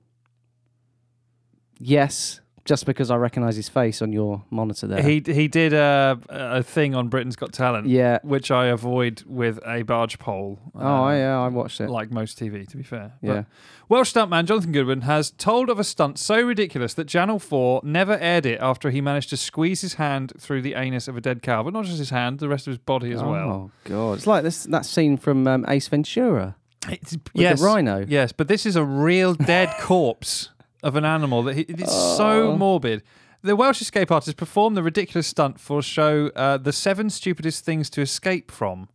Speaker 2: Yes, just because I recognise his face on your monitor there.
Speaker 1: He he did a, a thing on Britain's Got Talent,
Speaker 2: yeah.
Speaker 1: which I avoid with a barge pole.
Speaker 2: Oh
Speaker 1: uh,
Speaker 2: yeah, I watched it.
Speaker 1: Like most TV, to be fair. But
Speaker 2: yeah.
Speaker 1: Welsh stuntman Jonathan Goodwin has told of a stunt so ridiculous that Channel 4 never aired it after he managed to squeeze his hand through the anus of a dead cow, but not just his hand, the rest of his body as well.
Speaker 2: Oh god, it's like this that scene from um, Ace Ventura
Speaker 1: It's,
Speaker 2: Oh. with the rhino.
Speaker 1: Yes, but this is a real dead
Speaker 2: [laughs]
Speaker 1: corpse of an animal that he, it's
Speaker 2: Oh.
Speaker 1: so morbid. The Welsh escape artist performed the ridiculous stunt for a show uh, the seven stupidest things to escape from.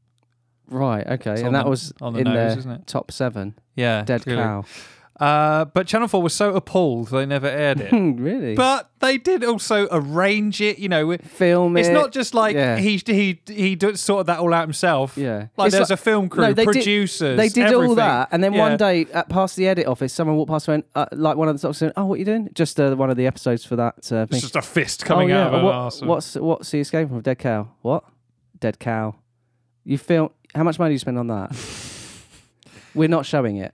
Speaker 2: Right, okay,
Speaker 1: on
Speaker 2: and that
Speaker 1: the-
Speaker 2: was
Speaker 1: on the
Speaker 2: in
Speaker 1: nose,
Speaker 2: their
Speaker 1: isn't it?
Speaker 2: top seven.
Speaker 1: Yeah,
Speaker 2: Dead
Speaker 1: clearly.
Speaker 2: cow. [laughs]
Speaker 1: Uh, but Channel Four was so appalled they never aired it.
Speaker 2: Hmm, [laughs] really?
Speaker 1: but they did also arrange it. You know,
Speaker 2: Film
Speaker 1: it's
Speaker 2: it.
Speaker 1: not just like
Speaker 2: yeah.
Speaker 1: he he he do- sorted that all out himself.
Speaker 2: Yeah.
Speaker 1: like
Speaker 2: It's
Speaker 1: there's
Speaker 2: like-
Speaker 1: a film crew,
Speaker 2: No, they did-
Speaker 1: producers.
Speaker 2: They did all
Speaker 1: everything.
Speaker 2: that, and then one
Speaker 1: Yeah.
Speaker 2: day, at, past the edit office, someone walked past and went, uh, like one of the doctors, went, "Oh, what are you doing?" Just uh, one of the episodes for that uh, thing.
Speaker 1: It's just a fist coming
Speaker 2: oh, yeah.
Speaker 1: out of an
Speaker 2: what,
Speaker 1: arse.
Speaker 2: What's what's the escape from? Dead cow. What? Dead cow. You film? How much money do you spend on
Speaker 1: [laughs]
Speaker 2: that? We're not showing it.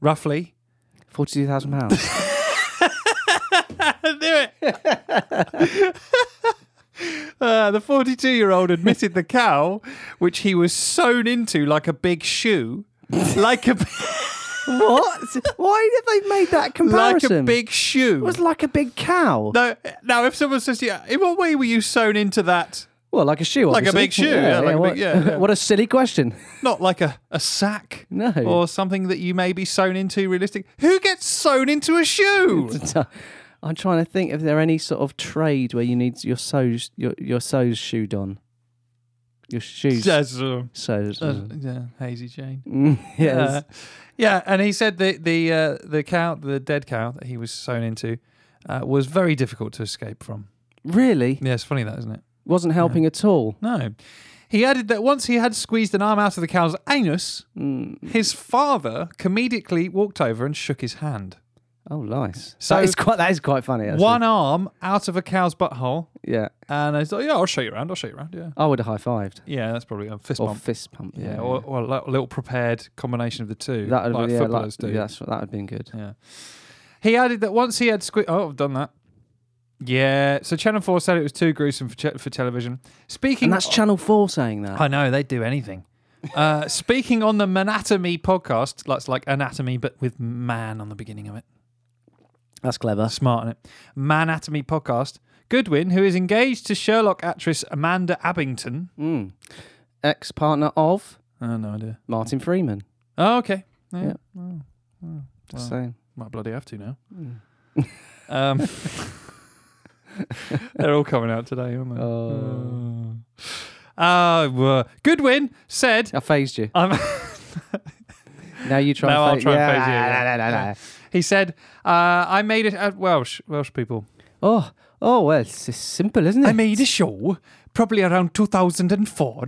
Speaker 1: roughly?
Speaker 2: [laughs] Forty-two
Speaker 1: [laughs]
Speaker 2: thousand pounds.
Speaker 1: do it. [laughs] Uh, the 42 year old admitted the cow, which he was sewn into like a big
Speaker 2: [laughs]
Speaker 1: shoe, like a
Speaker 2: what? Why have they made that
Speaker 1: like
Speaker 2: comparison?
Speaker 1: a big shoe.
Speaker 2: It was like a big cow.
Speaker 1: No, now if someone says to you, in what way were you sewn into that?
Speaker 2: Well, like a shoe.
Speaker 1: Like a
Speaker 2: obviously.
Speaker 1: big shoe, yeah, like a big-
Speaker 2: what,
Speaker 1: yeah, yeah.
Speaker 2: [laughs] what a silly question.
Speaker 1: Not like a, a sack
Speaker 2: No.
Speaker 1: or something that you may be sewn into realistic. Who gets sewn into a [laughs] shoe?
Speaker 2: I'm trying to think if there any sort of trade where you need your sows your your sows shoed on. Your shoes
Speaker 1: Says, uh,
Speaker 2: sows.
Speaker 1: uh, yeah, Hazy Jane.
Speaker 2: Mm, [laughs]
Speaker 1: Uh,
Speaker 2: yes.
Speaker 1: yeah, and he said the the uh, the cow, the dead cow that he was sewn into, uh, was very difficult to escape from.
Speaker 2: really?
Speaker 1: Yeah, it's funny that, isn't it?
Speaker 2: Wasn't helping at all.
Speaker 1: No. He added that once he had squeezed an arm out of the
Speaker 2: Mm.
Speaker 1: cow's anus, his father comedically walked over and shook his hand.
Speaker 2: Oh, nice.
Speaker 1: So-
Speaker 2: So that is quite that is quite funny. Actually.
Speaker 1: One arm out of a cow's butthole,
Speaker 2: yeah.
Speaker 1: and I was like, "Yeah, I'll show you around. I'll show you around." Yeah,
Speaker 2: I would have high fived
Speaker 1: yeah, that's probably a fist
Speaker 2: or
Speaker 1: bump.
Speaker 2: fist pump.
Speaker 1: yeah, or, or a li- little prepared combination of the two,
Speaker 2: that would
Speaker 1: like
Speaker 2: yeah, like,
Speaker 1: footballers do.
Speaker 2: yeah, that's, that would have been good.
Speaker 1: Yeah. He added that once he had squid. Oh, I've done that. Yeah. So Channel Four said it was too gruesome for ch- for television. Speaking.
Speaker 2: And that's Channel Four saying that.
Speaker 1: I know they'd do anything. Uh, speaking on the Manatomy podcast, that's like anatomy but with man on the beginning of it.
Speaker 2: That's clever.
Speaker 1: Smart on it. Manatomy podcast. Goodwin, who is engaged to Sherlock actress Amanda Abington.
Speaker 2: Mm. Ex partner of
Speaker 1: Oh, no idea.
Speaker 2: Martin Freeman.
Speaker 1: Oh, okay. Yeah.
Speaker 2: Yeah.
Speaker 1: Oh, oh,
Speaker 2: Just
Speaker 1: well,
Speaker 2: saying.
Speaker 1: might bloody have to now.
Speaker 2: Mm.
Speaker 1: Um, [laughs] they're all coming out today, aren't they? Uh.
Speaker 2: Oh.
Speaker 1: Oh. Uh, well, Goodwin said,
Speaker 2: I phased you.
Speaker 1: um,
Speaker 2: Now you try.
Speaker 1: No, I'll
Speaker 2: and
Speaker 1: try and phase you,
Speaker 2: yeah,
Speaker 1: yeah.
Speaker 2: nah, nah, nah, nah.
Speaker 1: [laughs] he said, uh, I made it, uh, Welsh, Welsh people.
Speaker 2: Oh, oh well, it's it's simple, isn't it?
Speaker 1: I made a show probably around 2004.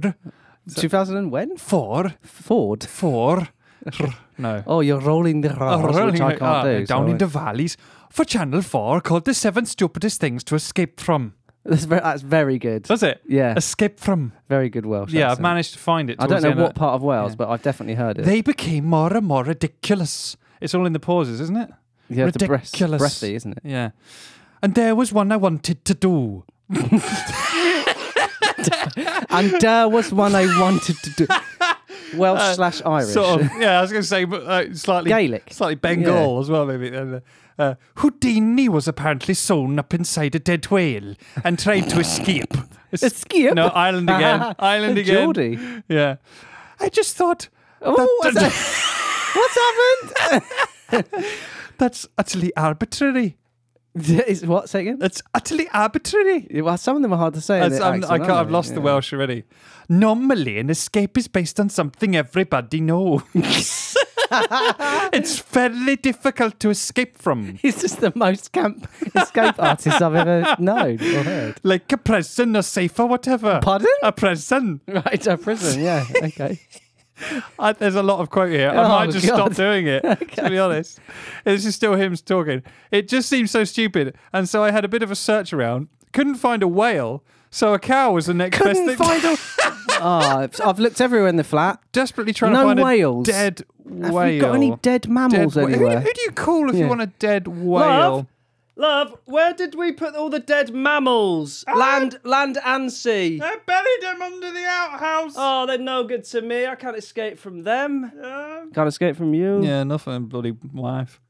Speaker 2: 2000 and when?
Speaker 1: Four.
Speaker 2: Ford.
Speaker 1: Four. no.
Speaker 2: Oh, you're rolling the
Speaker 1: Uh,
Speaker 2: R's, which
Speaker 1: rolling
Speaker 2: I
Speaker 1: like-
Speaker 2: can't
Speaker 1: ah,
Speaker 2: do.
Speaker 1: down
Speaker 2: so-
Speaker 1: in the valleys for Channel 4 called The Seven Stupidest Things to Escape From.
Speaker 2: [laughs] That's very, that's very good.
Speaker 1: Does it?
Speaker 2: Yeah,
Speaker 1: Escape From.
Speaker 2: very good Welsh.
Speaker 1: yeah, I've
Speaker 2: accent.
Speaker 1: managed to find it.
Speaker 2: I don't
Speaker 1: towards the
Speaker 2: know
Speaker 1: end of
Speaker 2: what
Speaker 1: that.
Speaker 2: part of Wales,
Speaker 1: Yeah.
Speaker 2: but I've definitely heard it.
Speaker 1: They became more and more ridiculous. It's all in the pauses, isn't it?
Speaker 2: yeah, the breath,
Speaker 1: ridiculous.
Speaker 2: breathy, isn't it?
Speaker 1: Yeah. And there was one I wanted to do.
Speaker 2: And there was one I wanted to
Speaker 1: [laughs]
Speaker 2: do. Welsh slash Irish.
Speaker 1: Uh, Sort
Speaker 2: [laughs]
Speaker 1: of. Yeah, I was going to say, but uh, slightly
Speaker 2: Gaelic.
Speaker 1: slightly Bengal as well, maybe. Uh, uh, Houdini was apparently sewn up inside a dead whale and tried to escape. Es-
Speaker 2: [laughs] Escape?
Speaker 1: No, Ireland again.
Speaker 2: [laughs]
Speaker 1: Ireland again. [laughs]
Speaker 2: Geordie.
Speaker 1: Yeah. I just thought
Speaker 2: Oh,
Speaker 1: that-
Speaker 2: what's, [laughs] hap- what's happened?
Speaker 1: that's utterly arbitrary.
Speaker 2: [laughs] Is what second?
Speaker 1: That's utterly arbitrary.
Speaker 2: Well, some of them are hard to say. in
Speaker 1: That's-
Speaker 2: the
Speaker 1: I'm- Uh, I
Speaker 2: accent,
Speaker 1: can't,
Speaker 2: aren't
Speaker 1: I've
Speaker 2: they?
Speaker 1: lost the
Speaker 2: Yeah.
Speaker 1: Welsh already. Normally, an escape is based on something everybody knows. [laughs] it's fairly difficult to escape from,
Speaker 2: [laughs] He's just the most camp [laughs] escape artist I've ever known or heard.
Speaker 1: like a prison or safe or whatever.
Speaker 2: Pardon?
Speaker 1: A prison.
Speaker 2: Right, a prison, yeah. [laughs] Okay.
Speaker 1: I, there's a lot of quote here. I
Speaker 2: Oh,
Speaker 1: might just
Speaker 2: God.
Speaker 1: stop doing it,
Speaker 2: [laughs]
Speaker 1: [laughs] to be honest. This is still him talking. It just seems so stupid. And so I had a bit of a search around, couldn't find a whale. So a cow was the next best thing.
Speaker 2: Couldn't find a. Oh, I've- I've looked everywhere in the flat.
Speaker 1: [laughs] Desperately trying
Speaker 2: No
Speaker 1: to find
Speaker 2: whales.
Speaker 1: a dead
Speaker 2: Have
Speaker 1: whale.
Speaker 2: you got any dead
Speaker 1: dead
Speaker 2: mammals
Speaker 1: whale. Who,
Speaker 2: anywhere?
Speaker 1: who do you call if you
Speaker 2: Yeah.
Speaker 1: want a dead whale?
Speaker 2: [laughs] love, where did we put all the dead mammals? Land, land and sea.
Speaker 1: I buried him under the outhouse.
Speaker 2: Oh, they're no good to me. I can't escape from them. Can't escape from you.
Speaker 1: Yeah, nothing, bloody wife.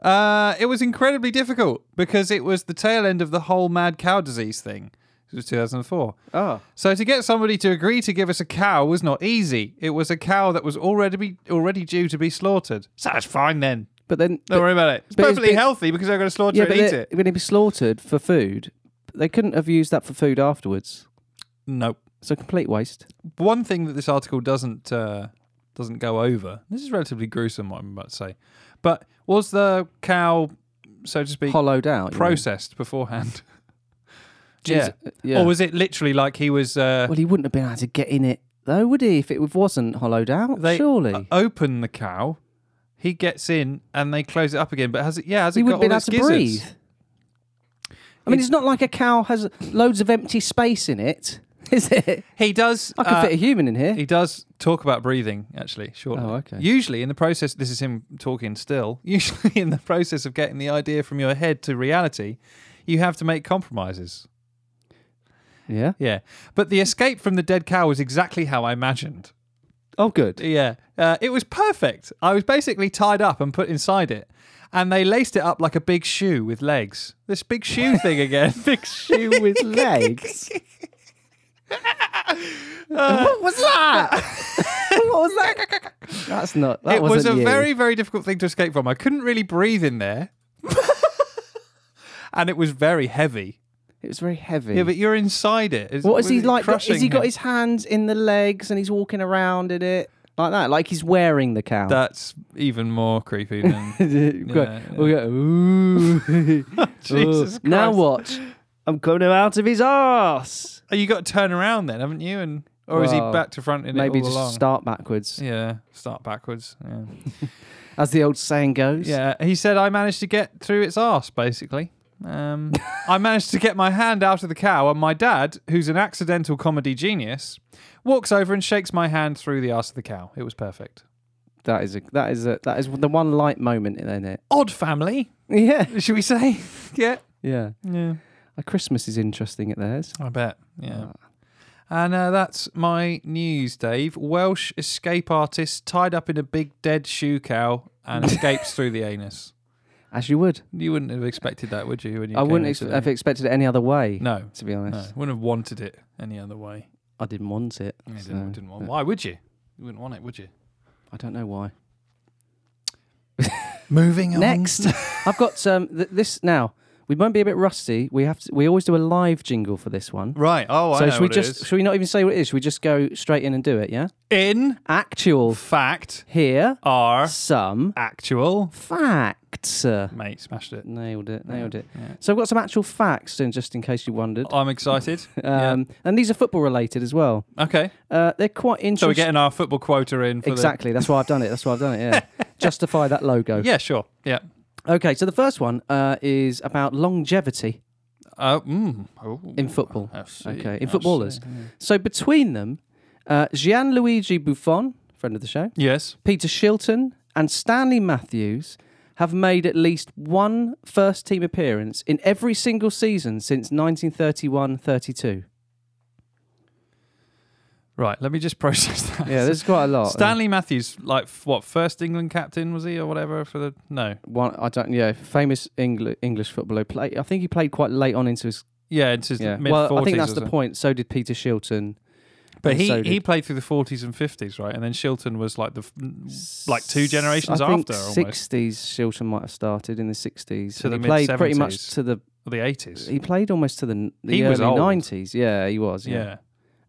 Speaker 1: Uh, it was incredibly difficult because it was the tail end of the whole mad cow disease thing. It was 2004.
Speaker 2: Oh.
Speaker 1: So to get somebody to agree to give us a cow was not easy. It was a cow that was already be, already due to be slaughtered. So that's fine then.
Speaker 2: But then,
Speaker 1: Don't worry about it. It's
Speaker 2: but it's
Speaker 1: perfectly
Speaker 2: been-
Speaker 1: healthy because they're going to slaughter
Speaker 2: yeah,
Speaker 1: it
Speaker 2: but
Speaker 1: and eat
Speaker 2: they-
Speaker 1: it.
Speaker 2: when it'd be slaughtered for food, they couldn't have used that for food afterwards.
Speaker 1: Nope.
Speaker 2: It's a complete waste.
Speaker 1: one thing that this article doesn't uh, doesn't go over. This is relatively gruesome, what I'm about to say, but was the cow, so to speak,
Speaker 2: Hollowed out. you mean.
Speaker 1: processed beforehand? [laughs]
Speaker 2: Jeez, uh, yeah.
Speaker 1: Or was it literally like he was uh,
Speaker 2: Well, he wouldn't have been able to get in it though, would he? If it wasn't hollowed out,
Speaker 1: They-
Speaker 2: surely
Speaker 1: uh, open the cow? He gets in and they close it up again, but has it? Yeah, has
Speaker 2: he
Speaker 1: it
Speaker 2: wouldn't
Speaker 1: got all
Speaker 2: be able
Speaker 1: its
Speaker 2: to
Speaker 1: gizzards?
Speaker 2: breathe. I mean, it's not like a cow has loads of empty space in it, [laughs] is it?
Speaker 1: He does.
Speaker 2: I could
Speaker 1: uh,
Speaker 2: fit a human in here.
Speaker 1: He does talk about breathing, actually, shortly.
Speaker 2: Oh, okay.
Speaker 1: Usually, in the process, this is him talking still. [laughs] Usually, in the process of getting the idea from your head to reality, you have to make compromises.
Speaker 2: Yeah.
Speaker 1: Yeah. But the escape from the dead cow was exactly how I imagined.
Speaker 2: Oh, [laughs] good.
Speaker 1: Yeah. Uh, it was perfect. I was basically tied up and put inside it. And they laced it up like a big shoe with legs. This big
Speaker 2: [laughs]
Speaker 1: shoe thing again. big shoe. [laughs]
Speaker 2: You with [laughs] legs. Uh, what was
Speaker 1: [laughs]
Speaker 2: that? [laughs] what was that? That's not. That
Speaker 1: it was
Speaker 2: wasn't
Speaker 1: a
Speaker 2: you.
Speaker 1: very, very difficult thing to escape from. I couldn't really breathe in
Speaker 2: [laughs]
Speaker 1: there. and it was very heavy.
Speaker 2: It was very heavy.
Speaker 1: Yeah, but you're inside it. It's-
Speaker 2: What is he
Speaker 1: it's
Speaker 2: like? Has
Speaker 1: crushing
Speaker 2: he got
Speaker 1: him.
Speaker 2: his hands in the legs and he's walking around in it like that? Like he's wearing the
Speaker 1: [laughs]
Speaker 2: cow. [laughs]
Speaker 1: That's even more creepy than. [laughs]
Speaker 2: yeah, ooh. [laughs]
Speaker 1: Jesus
Speaker 2: Now
Speaker 1: Christ.
Speaker 2: watch. I'm coming out of his arse.
Speaker 1: Oh, you got to turn around then, haven't you? And or is he
Speaker 2: Well,
Speaker 1: back to front in it
Speaker 2: Maybe
Speaker 1: all
Speaker 2: just
Speaker 1: along?
Speaker 2: start backwards.
Speaker 1: Yeah, start backwards. Yeah.
Speaker 2: as the old saying goes.
Speaker 1: Yeah, he said I managed to get through its arse, basically.
Speaker 2: [laughs]
Speaker 1: Um, I managed to get my hand out of the cow, and my dad, who's an accidental comedy genius, walks over and shakes my hand through the arse of the cow. It was perfect.
Speaker 2: That is a that is a that is the one light moment in it.
Speaker 1: Odd family,
Speaker 2: Yeah.
Speaker 1: should we say? [laughs] yeah.
Speaker 2: Yeah.
Speaker 1: Yeah.
Speaker 2: Uh, Christmas is interesting at theirs.
Speaker 1: I bet. Yeah. And uh, that's my news, Dave. Welsh escape artist tied up in a big dead shoe cow
Speaker 2: [laughs]
Speaker 1: and escapes through the anus.
Speaker 2: As you would.
Speaker 1: You wouldn't have expected that, would you? When you
Speaker 2: I
Speaker 1: came
Speaker 2: wouldn't ex-
Speaker 1: into
Speaker 2: have
Speaker 1: the-
Speaker 2: expected it any other way.
Speaker 1: No,
Speaker 2: To be
Speaker 1: no,
Speaker 2: honest,
Speaker 1: wouldn't have wanted it any other way.
Speaker 2: I didn't want it.
Speaker 1: I
Speaker 2: so-
Speaker 1: didn't, didn't want. Why would you? You wouldn't want it, would you?
Speaker 2: I don't know why.
Speaker 1: Moving on.
Speaker 2: [laughs] Next, I've got um, th- this now. We won't be a bit rusty. We have to, we always do a live jingle for this one.
Speaker 1: Right. Oh,
Speaker 2: so
Speaker 1: I know
Speaker 2: should we
Speaker 1: what
Speaker 2: just
Speaker 1: it is.
Speaker 2: should we not even say what it is? Should we just go straight in and do it? Yeah.
Speaker 1: In
Speaker 2: Actual
Speaker 1: fact,
Speaker 2: here
Speaker 1: are
Speaker 2: some
Speaker 1: actual.
Speaker 2: facts.
Speaker 1: Mate, smashed it.
Speaker 2: Nailed it. Nailed it.
Speaker 1: Yeah.
Speaker 2: So I've got some actual facts, and just in case you wondered,
Speaker 1: I'm excited. yeah.
Speaker 2: um, and these are football related as well.
Speaker 1: Okay.
Speaker 2: Uh, they're quite
Speaker 1: So
Speaker 2: interesting.
Speaker 1: we're getting our football quota in for
Speaker 2: exactly. That's why I've done it. That's why I've done it.
Speaker 1: [laughs]
Speaker 2: Yeah. Justify that logo.
Speaker 1: the. Yeah, sure. Yeah.
Speaker 2: Okay. So the first one uh, is about longevity.
Speaker 1: Oh, mm. oh.
Speaker 2: In football.
Speaker 1: I see,
Speaker 2: Okay,
Speaker 1: I
Speaker 2: in footballers.
Speaker 1: see.
Speaker 2: So between them, uh, Gianluigi Buffon, friend of the show,
Speaker 1: Yes.
Speaker 2: Peter Shilton, and Stanley Matthews have made at least one first team appearance in every single season since 1931 32.
Speaker 1: Right. Let me just [laughs] process that.
Speaker 2: Yeah, there's quite a lot.
Speaker 1: Stanley Matthews, like f- what first England captain was he or whatever for the no
Speaker 2: One, I don't. Yeah, famous Engl- English footballer. Play, I think he played quite late on into his.
Speaker 1: yeah into his
Speaker 2: Yeah.
Speaker 1: mid
Speaker 2: Well,
Speaker 1: forties.
Speaker 2: I think that's the point. So did Peter Shilton.
Speaker 1: But he
Speaker 2: So did-
Speaker 1: he played through the forties and fifties, right? And then Shilton was like the f- like two generations
Speaker 2: I think
Speaker 1: after almost
Speaker 2: 60s. Shilton might have started in the 60s.
Speaker 1: To
Speaker 2: and
Speaker 1: the
Speaker 2: he played pretty much
Speaker 1: mid-seventies.
Speaker 2: to the
Speaker 1: or the eighties.
Speaker 2: He played almost to the, the
Speaker 1: He
Speaker 2: early
Speaker 1: was old.
Speaker 2: 90s. Yeah, he was. Yeah.
Speaker 1: Yeah.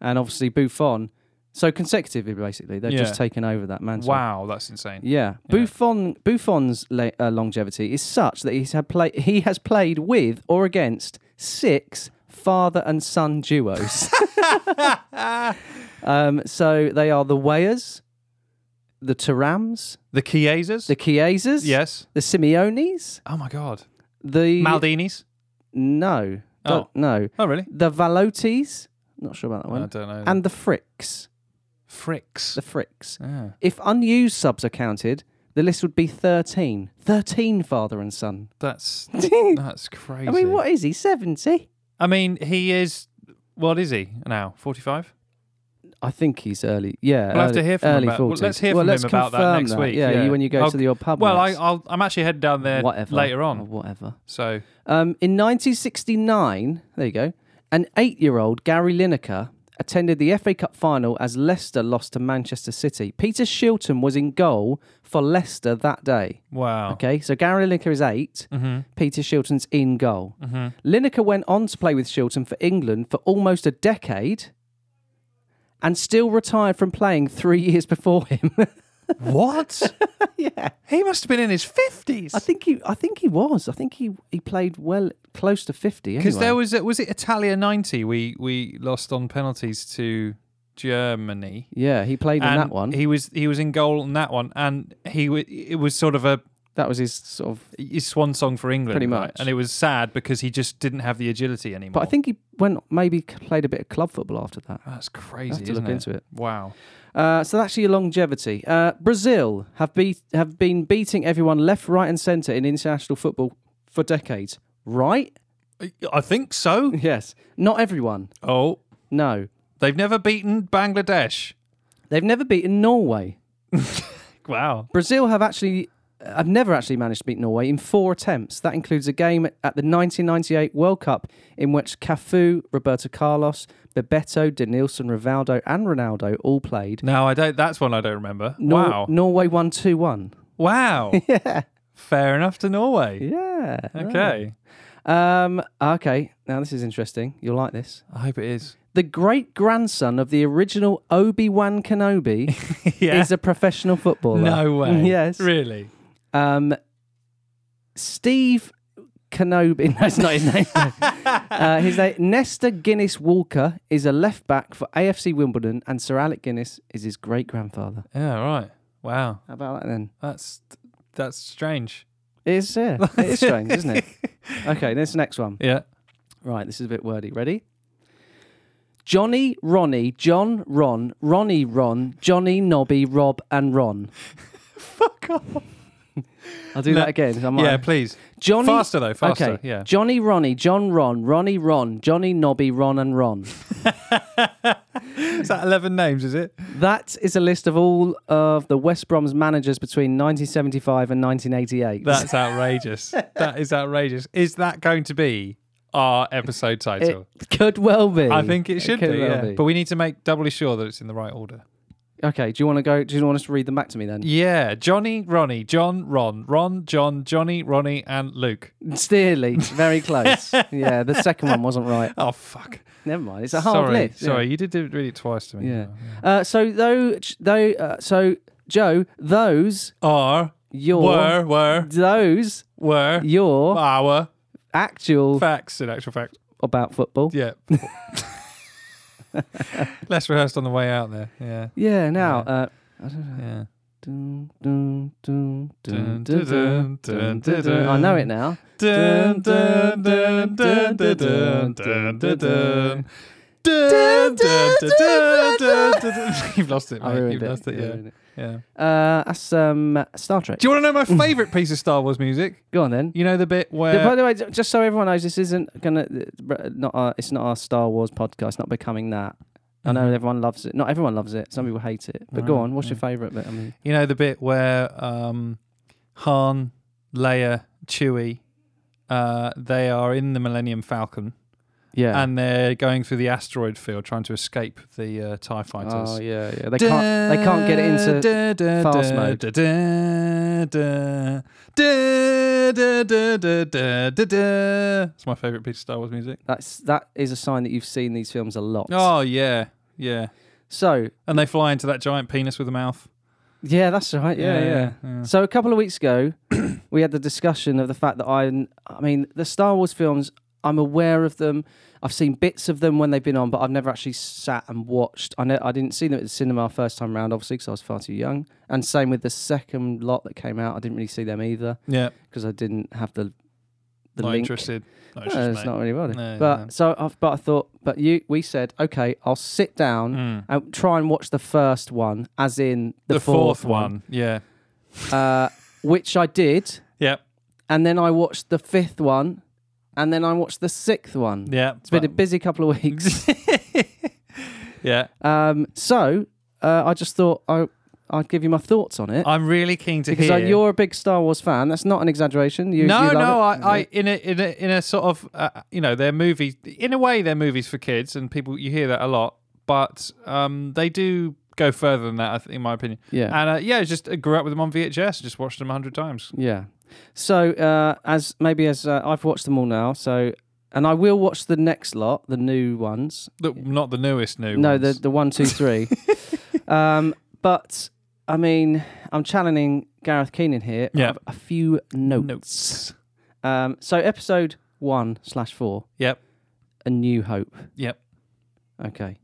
Speaker 2: And obviously Buffon. So consecutively, basically, they've just
Speaker 1: Yeah.
Speaker 2: taken over that mantle.
Speaker 1: Wow, that's insane.
Speaker 2: Yeah.
Speaker 1: Yeah.
Speaker 2: Buffon Buffon's la- uh, longevity is such that he's had play- he has played with or against six father and son
Speaker 1: [laughs]
Speaker 2: duos. um, so they are the Weyers, the Tarams,
Speaker 1: The Chiesas?
Speaker 2: the Chiesas,
Speaker 1: yes.
Speaker 2: the Simeones,
Speaker 1: Oh my god.
Speaker 2: the
Speaker 1: Maldinis?
Speaker 2: No,
Speaker 1: Oh.
Speaker 2: Don't- no,
Speaker 1: Oh really?
Speaker 2: the Valotes. Not sure about that one.
Speaker 1: I don't know.
Speaker 2: and the fricks.
Speaker 1: Fricks.
Speaker 2: The fricks.
Speaker 1: Ah.
Speaker 2: If unused subs are counted, the list would be 13. 13 father and son. [laughs]
Speaker 1: That's
Speaker 2: I
Speaker 1: that's crazy.
Speaker 2: mean, what is he? 70?
Speaker 1: I mean, he is. What is he now? Forty-five.
Speaker 2: I think he's early. Yeah.
Speaker 1: We'll have
Speaker 2: early-
Speaker 1: to hear from him
Speaker 2: early
Speaker 1: about- well,
Speaker 2: 40s.
Speaker 1: let's hear from him about that
Speaker 2: confirm
Speaker 1: next week,
Speaker 2: Yeah,
Speaker 1: yeah.
Speaker 2: You, when you go
Speaker 1: I'll-
Speaker 2: to your pub.
Speaker 1: Well, I,
Speaker 2: next.
Speaker 1: I'll, I'm actually heading down there
Speaker 2: whatever.
Speaker 1: later
Speaker 2: Oh,
Speaker 1: on.
Speaker 2: whatever.
Speaker 1: So
Speaker 2: Um, in 1969, there you go, an eight year old Gary Lineker attended the FA Cup final as Leicester lost to Manchester City. Peter Shilton was in goal for Leicester that day.
Speaker 1: wow.
Speaker 2: Okay, so Gary Lineker is 8 Peter Shilton's in goal. Lineker went on to play with Shilton for England for almost a decade and still retired from playing three [laughs] years before him. [laughs]
Speaker 1: What?
Speaker 2: yeah.
Speaker 1: he must have been in his fifties.
Speaker 2: I think he I think he was. I think he, he played well close to fifty
Speaker 1: Because
Speaker 2: anyway.
Speaker 1: there was a, was it Italia '90? We we lost on penalties to Germany.
Speaker 2: Yeah, he played in
Speaker 1: And
Speaker 2: that one.
Speaker 1: He was he was in goal in that one, and he w- it was sort of a
Speaker 2: that was his sort of
Speaker 1: his swan song for England,
Speaker 2: Pretty
Speaker 1: right?
Speaker 2: much.
Speaker 1: And it was sad because he just didn't have the agility anymore.
Speaker 2: But I think he went maybe played a bit of club football after that.
Speaker 1: that's crazy.
Speaker 2: have to
Speaker 1: isn't
Speaker 2: look into it.
Speaker 1: Wow.
Speaker 2: Uh, so that's your longevity. Uh, Brazil have beat have been beating everyone left, right, and centre in international football for decades. Right? [laughs]
Speaker 1: I think so.
Speaker 2: Yes. Not everyone.
Speaker 1: Oh,
Speaker 2: No.
Speaker 1: they've never beaten Bangladesh.
Speaker 2: They've never beaten Norway.
Speaker 1: Wow.
Speaker 2: Brazil have actually uh, have never actually managed to beat Norway in four attempts. That includes a game at the 1998 World Cup in which Cafu, Roberto Carlos, Bebeto, Denilson, Rivaldo, and Ronaldo all played.
Speaker 1: No, I don't. That's one I don't remember.
Speaker 2: Nor-
Speaker 1: wow.
Speaker 2: Norway won 2 1.
Speaker 1: Wow.
Speaker 2: [laughs] Yeah.
Speaker 1: Fair enough to Norway.
Speaker 2: Yeah.
Speaker 1: Okay.
Speaker 2: Um, okay. Now, this is interesting. You'll like this.
Speaker 1: I hope it is.
Speaker 2: The great grandson of the original Obi Wan Kenobi
Speaker 1: [laughs] yeah.
Speaker 2: is a professional footballer.
Speaker 1: no way.
Speaker 2: [laughs] Yes.
Speaker 1: Really?
Speaker 2: Um, Steve Kenobi. [laughs] No, that's not
Speaker 1: [laughs]
Speaker 2: his name. uh, his name, Nesta Guinness Walker, is a left back for AFC Wimbledon, and Sir Alec Guinness is his great grandfather.
Speaker 1: Yeah, right. Wow.
Speaker 2: How about that then?
Speaker 1: That's that's strange.
Speaker 2: It's yeah, it is strange,
Speaker 1: [laughs]
Speaker 2: isn't it? Okay, this next one.
Speaker 1: Yeah.
Speaker 2: Right, this is a bit wordy. Ready? Johnny, Ronnie, John, Ron, Ronnie, Ron, Johnny, Nobby, Rob, and Ron.
Speaker 1: Fuck off.
Speaker 2: I'll do
Speaker 1: No.
Speaker 2: that again. 'cause I might-
Speaker 1: Yeah, please.
Speaker 2: Johnny,
Speaker 1: Faster though, faster.
Speaker 2: Okay.
Speaker 1: Yeah.
Speaker 2: Johnny, Ronnie, John, Ron, Ronnie, Ron, Johnny, Nobby, Ron, and Ron.
Speaker 1: Is that eleven names? Is it?
Speaker 2: That is a list of all of the West Brom's managers between 1975 and 1988.
Speaker 1: That's [laughs] outrageous. that is outrageous. Is that going to be our episode title?
Speaker 2: it could well be.
Speaker 1: I think it should
Speaker 2: could
Speaker 1: be,
Speaker 2: well
Speaker 1: yeah. But we need to make doubly sure that it's in the right order.
Speaker 2: Okay, do you want to go? Do you want us to read them back to me then?
Speaker 1: Yeah, Johnny, Ronnie, John, Ron, Ron, John, Johnny, Ronnie, and Luke.
Speaker 2: Steerly, very
Speaker 1: [laughs]
Speaker 2: close. yeah, the second one wasn't right.
Speaker 1: Oh fuck!
Speaker 2: Never mind. It's a hard
Speaker 1: sorry,
Speaker 2: list.
Speaker 1: sorry, you did do- read it twice to me.
Speaker 2: Yeah. Uh, so though, though, uh, so Joe, those
Speaker 1: Are
Speaker 2: your
Speaker 1: were were
Speaker 2: those
Speaker 1: were
Speaker 2: your
Speaker 1: our
Speaker 2: actual
Speaker 1: facts in actual fact.
Speaker 2: about football.
Speaker 1: Yeah. [laughs] Less rehearsed on the way out there. Yeah.
Speaker 2: Yeah. Now,
Speaker 1: Yeah.
Speaker 2: Uh, I don't know.
Speaker 1: Yeah.
Speaker 2: Dun, dun, dun,
Speaker 1: Dun,
Speaker 2: dun, dun, dun,
Speaker 1: dun,
Speaker 2: dun,
Speaker 1: dun,
Speaker 2: dun, dun.
Speaker 1: dun.
Speaker 2: I know it now.
Speaker 1: Dun, dun, dun, dun, dun, dun, dun, dun, dun. Dun, dun, dun, dun, dun, dun. [laughs] You've lost it,
Speaker 2: I
Speaker 1: mate. You've
Speaker 2: ruined it.
Speaker 1: lost
Speaker 2: I
Speaker 1: it.
Speaker 2: ruined it.
Speaker 1: Yeah. Yeah.
Speaker 2: Uh, that's um, Star Trek.
Speaker 1: Do you want to know my favourite piece of Star Wars music?
Speaker 2: Go on then.
Speaker 1: You know the bit
Speaker 2: Yeah, by
Speaker 1: where
Speaker 2: the way, ju- just so everyone knows, this isn't gonna not our, it's not our Star Wars podcast. Not becoming that. I
Speaker 1: um,
Speaker 2: know everyone loves it. Not everyone loves it. Some people hate it. But go
Speaker 1: Right,
Speaker 2: on. What's your
Speaker 1: yeah.
Speaker 2: favourite bit? I mean,
Speaker 1: you know the bit where um, Han, Leia, Chewie, uh, they are in the Millennium Falcon
Speaker 2: yeah.
Speaker 1: and they're going through the asteroid field trying to escape the uh, Tie fighters.
Speaker 2: oh yeah, yeah. They can't. They can't get it into. fast mode.
Speaker 1: It's my favorite piece of Star Wars music.
Speaker 2: That's that is a sign that you've seen these films a lot.
Speaker 1: Oh yeah, yeah.
Speaker 2: So
Speaker 1: And they fly into that giant penis with a mouth.
Speaker 2: yeah, that's right. Yeah, yeah. So a couple of
Speaker 1: [clears throat]
Speaker 2: weeks ago, we had the discussion of the fact that I, I mean, the Star Wars films. I'm aware of them. I've seen bits of them when they've been on, but I've never actually sat and watched. I know I didn't see them at the cinema first time round, obviously, because I was far too young. And same with the second lot that came out. I didn't really see them either
Speaker 1: Yeah,
Speaker 2: because I didn't have the the
Speaker 1: not
Speaker 2: link.
Speaker 1: interested. Not
Speaker 2: No,
Speaker 1: interested,
Speaker 2: it's
Speaker 1: mate.
Speaker 2: not really about it.
Speaker 1: No,
Speaker 2: but
Speaker 1: no.
Speaker 2: so, I've, but I thought, but you, we said, okay, I'll sit down
Speaker 1: Mm.
Speaker 2: and try and watch the first one, as in the,
Speaker 1: The fourth one. Yeah.
Speaker 2: uh, which I did.
Speaker 1: Yep.
Speaker 2: And then I watched the fifth one, and then I watched the sixth one.
Speaker 1: Yeah.
Speaker 2: It's been a
Speaker 1: [laughs]
Speaker 2: busy couple of weeks.
Speaker 1: yeah.
Speaker 2: Um, so uh, I just thought I, I'd give you my thoughts on it
Speaker 1: I'm really keen to
Speaker 2: because
Speaker 1: hear.
Speaker 2: I, you're a big Star Wars fan. That's not an exaggeration. You,
Speaker 1: no,
Speaker 2: you love
Speaker 1: no,
Speaker 2: it.
Speaker 1: I, I, in a, in a, in a sort of, uh, you know, they're movies. In a way, they're movies for kids, and people you hear that a lot. But um, they do go further than that, I th- in my opinion.
Speaker 2: yeah,
Speaker 1: And uh, yeah, it's just I grew up with them on VHS, just watched them a hundred times.
Speaker 2: yeah. So uh, as maybe as uh, I've watched them all now, so and I will watch the next lot, the new ones,
Speaker 1: The, not the newest new.
Speaker 2: no,
Speaker 1: ones.
Speaker 2: the the one,
Speaker 1: [laughs]
Speaker 2: two, three. um, but I mean, I'm challenging Gareth Keenan here. I
Speaker 1: Yeah.
Speaker 2: have A few notes.
Speaker 1: notes.
Speaker 2: Um, so episode one slash four.
Speaker 1: Yep.
Speaker 2: A New Hope.
Speaker 1: Yep.
Speaker 2: Okay.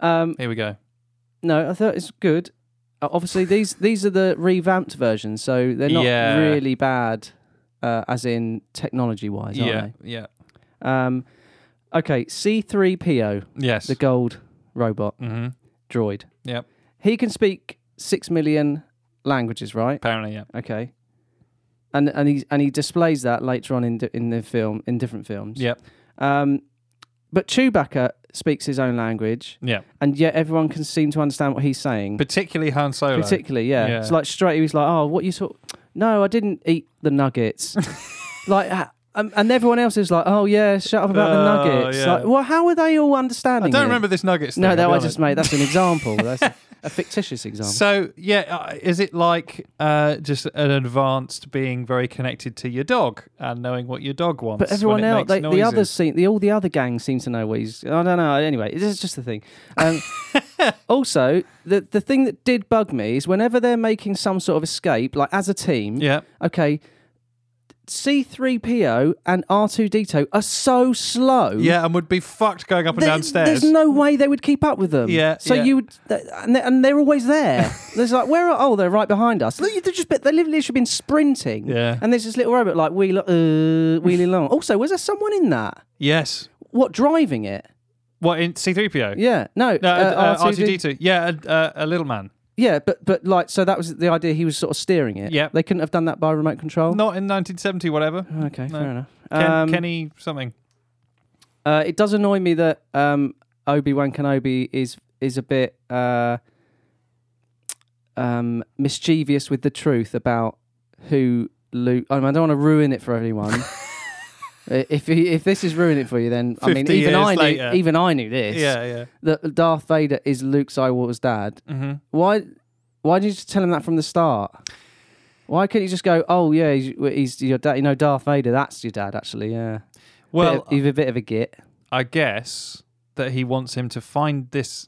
Speaker 2: Um,
Speaker 1: Here we go.
Speaker 2: no, I thought it's good. Uh, obviously, these these are the revamped versions, so they're not
Speaker 1: Yeah.
Speaker 2: really bad, uh, as in technology wise, are
Speaker 1: yeah, yeah,
Speaker 2: they? Um, okay, C3PO,
Speaker 1: yes.
Speaker 2: the gold robot
Speaker 1: mm-hmm.
Speaker 2: droid.
Speaker 1: Yep.
Speaker 2: He can speak six million languages, right?
Speaker 1: Apparently, yeah.
Speaker 2: Okay. And and he and he displays that later on in di- in the film in different films.
Speaker 1: Yep.
Speaker 2: Um, but Chewbacca speaks his own language,
Speaker 1: Yeah.
Speaker 2: and yet everyone can seem to understand what he's saying.
Speaker 1: Particularly Han Solo.
Speaker 2: Particularly, yeah.
Speaker 1: Yeah.
Speaker 2: It's like straight. He was like, "Oh, what you talk? No, I didn't eat
Speaker 1: [laughs]
Speaker 2: the nuggets." like. ah, Um, and everyone else is like, "Oh yeah, shut up about the
Speaker 1: Oh,
Speaker 2: nuggets."
Speaker 1: yeah.
Speaker 2: Like, well, how are they all understanding?
Speaker 1: I don't
Speaker 2: it?
Speaker 1: remember this Nuggets.
Speaker 2: No,
Speaker 1: thing, I'll
Speaker 2: that
Speaker 1: be
Speaker 2: I
Speaker 1: honest.
Speaker 2: just made. That's an
Speaker 1: [laughs]
Speaker 2: example. That's a, a fictitious example.
Speaker 1: So yeah, uh, is it like uh, just an advanced being very connected to your dog and knowing what your dog wants?
Speaker 2: But everyone
Speaker 1: when it
Speaker 2: else,
Speaker 1: makes
Speaker 2: they, the
Speaker 1: noises?
Speaker 2: others seem, the all the other gang seem to know what he's. I don't know. Anyway, this is just the thing.
Speaker 1: [laughs]
Speaker 2: Um, also, the the thing that did bug me is whenever they're making some sort of escape, like as a team.
Speaker 1: Yeah,
Speaker 2: Okay, C3PO and R2D2 are so slow.
Speaker 1: Yeah, and would be fucked going up and
Speaker 2: there-
Speaker 1: downstairs.
Speaker 2: There's no way they would keep up with them.
Speaker 1: Yeah,
Speaker 2: So
Speaker 1: yeah.
Speaker 2: you would, th- and they're, and they're always
Speaker 1: [laughs]
Speaker 2: there. There's like, where are? Oh, they're right behind us. Look, They're just been- they've literally been sprinting.
Speaker 1: Yeah.
Speaker 2: And there's this little robot like wheel, uh, wheeling along. Also, was there someone in that?
Speaker 1: yes.
Speaker 2: What driving it?
Speaker 1: What in C3PO?
Speaker 2: Yeah. No.
Speaker 1: No, uh,
Speaker 2: R2D2.
Speaker 1: R2D2. Yeah, and, uh, a little man.
Speaker 2: Yeah, but but like so that was the idea. He was sort of steering it.
Speaker 1: Yep.
Speaker 2: They couldn't have done that by remote control.
Speaker 1: Not in 1970, whatever.
Speaker 2: Okay,
Speaker 1: No.
Speaker 2: fair enough.
Speaker 1: Ken,
Speaker 2: um,
Speaker 1: Kenny something.
Speaker 2: Uh, it does annoy me that um, Obi Wan Kenobi is is a bit uh, um, mischievous with the truth about who Luke. I, mean, I don't want to ruin it
Speaker 1: [laughs]
Speaker 2: for everyone. I- if he, if this is ruining it for you, then I mean,
Speaker 1: 50
Speaker 2: even
Speaker 1: years
Speaker 2: I knew,
Speaker 1: later.
Speaker 2: even I knew this.
Speaker 1: Yeah, yeah.
Speaker 2: That Darth Vader is Luke Skywalker's dad.
Speaker 1: Mm-hmm.
Speaker 2: Why? Why did you just tell him that from the start? Why couldn't you just go? Oh yeah, he's, he's your dad. You know, Darth Vader. That's your dad, actually. Yeah.
Speaker 1: Well,
Speaker 2: he's a bit of a git.
Speaker 1: I guess that he wants him to find this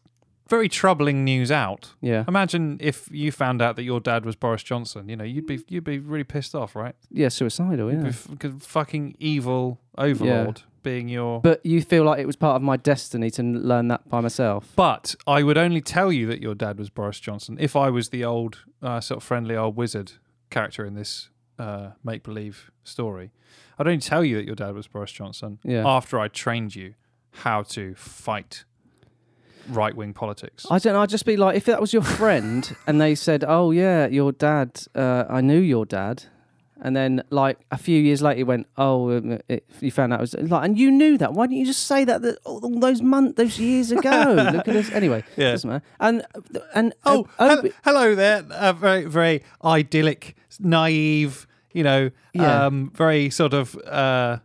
Speaker 1: very troubling news out.
Speaker 2: Yeah.
Speaker 1: Imagine if you found out that your dad was Boris Johnson. You know, you'd be you'd be really pissed off, right?
Speaker 2: Yeah, suicidal, yeah.
Speaker 1: Because fucking evil overlord being your. But,
Speaker 2: but you feel like it was part of my destiny to n- learn that by myself.
Speaker 1: I would only tell you that your dad was Boris Johnson if I was the old uh, sort of friendly old wizard character in this uh, make believe story. I'd only tell you that your dad was Boris Johnson
Speaker 2: Yeah.
Speaker 1: after I trained you how to fight right wing politics.
Speaker 2: I don't know, I'd just be like, if that was
Speaker 1: [laughs]
Speaker 2: your friend and they said, oh, yeah, your dad, uh, I knew your dad. And then, like, a few years later, you went, oh, um, it, you found out it was like, and you knew that. Why didn't you just say that, that all, all those months, those
Speaker 1: [laughs]
Speaker 2: years ago? Look at this. Anyway,
Speaker 1: Yeah.
Speaker 2: doesn't matter. And, and,
Speaker 1: Oh,
Speaker 2: Obi-
Speaker 1: hel- hello there. A very, very idyllic, naive, you know,
Speaker 2: Yeah.
Speaker 1: um, very sort of uh,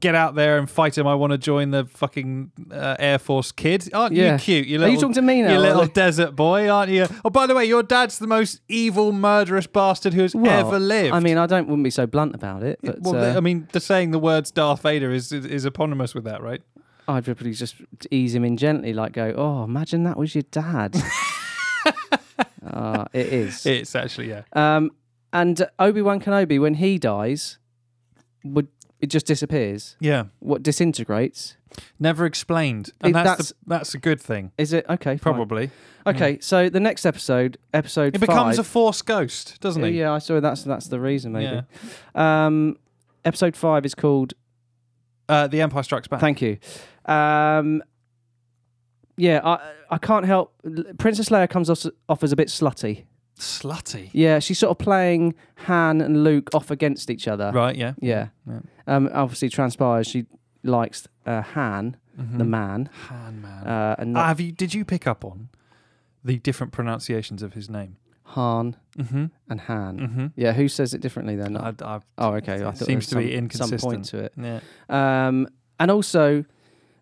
Speaker 1: get out there and fight him. I want to join the fucking uh, Air Force kid. Aren't
Speaker 2: Yeah.
Speaker 1: you cute? You
Speaker 2: Are you
Speaker 1: little,
Speaker 2: talking to me now?
Speaker 1: You little
Speaker 2: Like-
Speaker 1: desert boy, aren't you? Oh, by the way, your dad's the most evil, murderous bastard who has
Speaker 2: well,
Speaker 1: ever lived.
Speaker 2: I mean, I don't, wouldn't be so blunt about it, but
Speaker 1: well,
Speaker 2: uh,
Speaker 1: th- I mean, the um, saying the words Darth Vader is, is is eponymous with that, right?
Speaker 2: [laughs] I'd probably just ease him in gently, like go, "Oh, imagine that was your dad." Ah,
Speaker 1: [laughs]
Speaker 2: it is.
Speaker 1: It's actually yeah.
Speaker 2: um, and Obi Wan Kenobi, when he dies, would it just disappears?
Speaker 1: Yeah.
Speaker 2: What disintegrates?
Speaker 1: Never explained, and
Speaker 2: It-
Speaker 1: that's
Speaker 2: that's-
Speaker 1: the, that's a good thing,
Speaker 2: Is it okay? fine.
Speaker 1: probably.
Speaker 2: Okay, so the next episode, episode
Speaker 1: It becomes a
Speaker 2: five.
Speaker 1: force ghost, doesn't it?
Speaker 2: yeah, I saw that's that's the reason maybe. Um, episode five is called.
Speaker 1: Uh, the Empire Strikes Back.
Speaker 2: Thank you. Um, yeah, I I can't help. Princess Leia comes off, off as a bit slutty.
Speaker 1: Slutty.
Speaker 2: Yeah, she's sort of playing Han and Luke off against each other.
Speaker 1: Right, yeah.
Speaker 2: Yeah.
Speaker 1: Yeah.
Speaker 2: Um, obviously, transpires she likes uh, Han,
Speaker 1: Hmm.
Speaker 2: the man,
Speaker 1: Han man.
Speaker 2: uh, and
Speaker 1: Ah,
Speaker 2: not
Speaker 1: Mm-hmm. have you did you pick up on the different pronunciations of his name?
Speaker 2: Han
Speaker 1: Mm-hmm.
Speaker 2: and Han.
Speaker 1: Mm-hmm.
Speaker 2: Yeah, who says it differently then?
Speaker 1: I, I,
Speaker 2: oh, okay. I thought there
Speaker 1: seems
Speaker 2: was
Speaker 1: to be
Speaker 2: some-
Speaker 1: inconsistent.
Speaker 2: Some point to it.
Speaker 1: Yeah.
Speaker 2: Um, and also,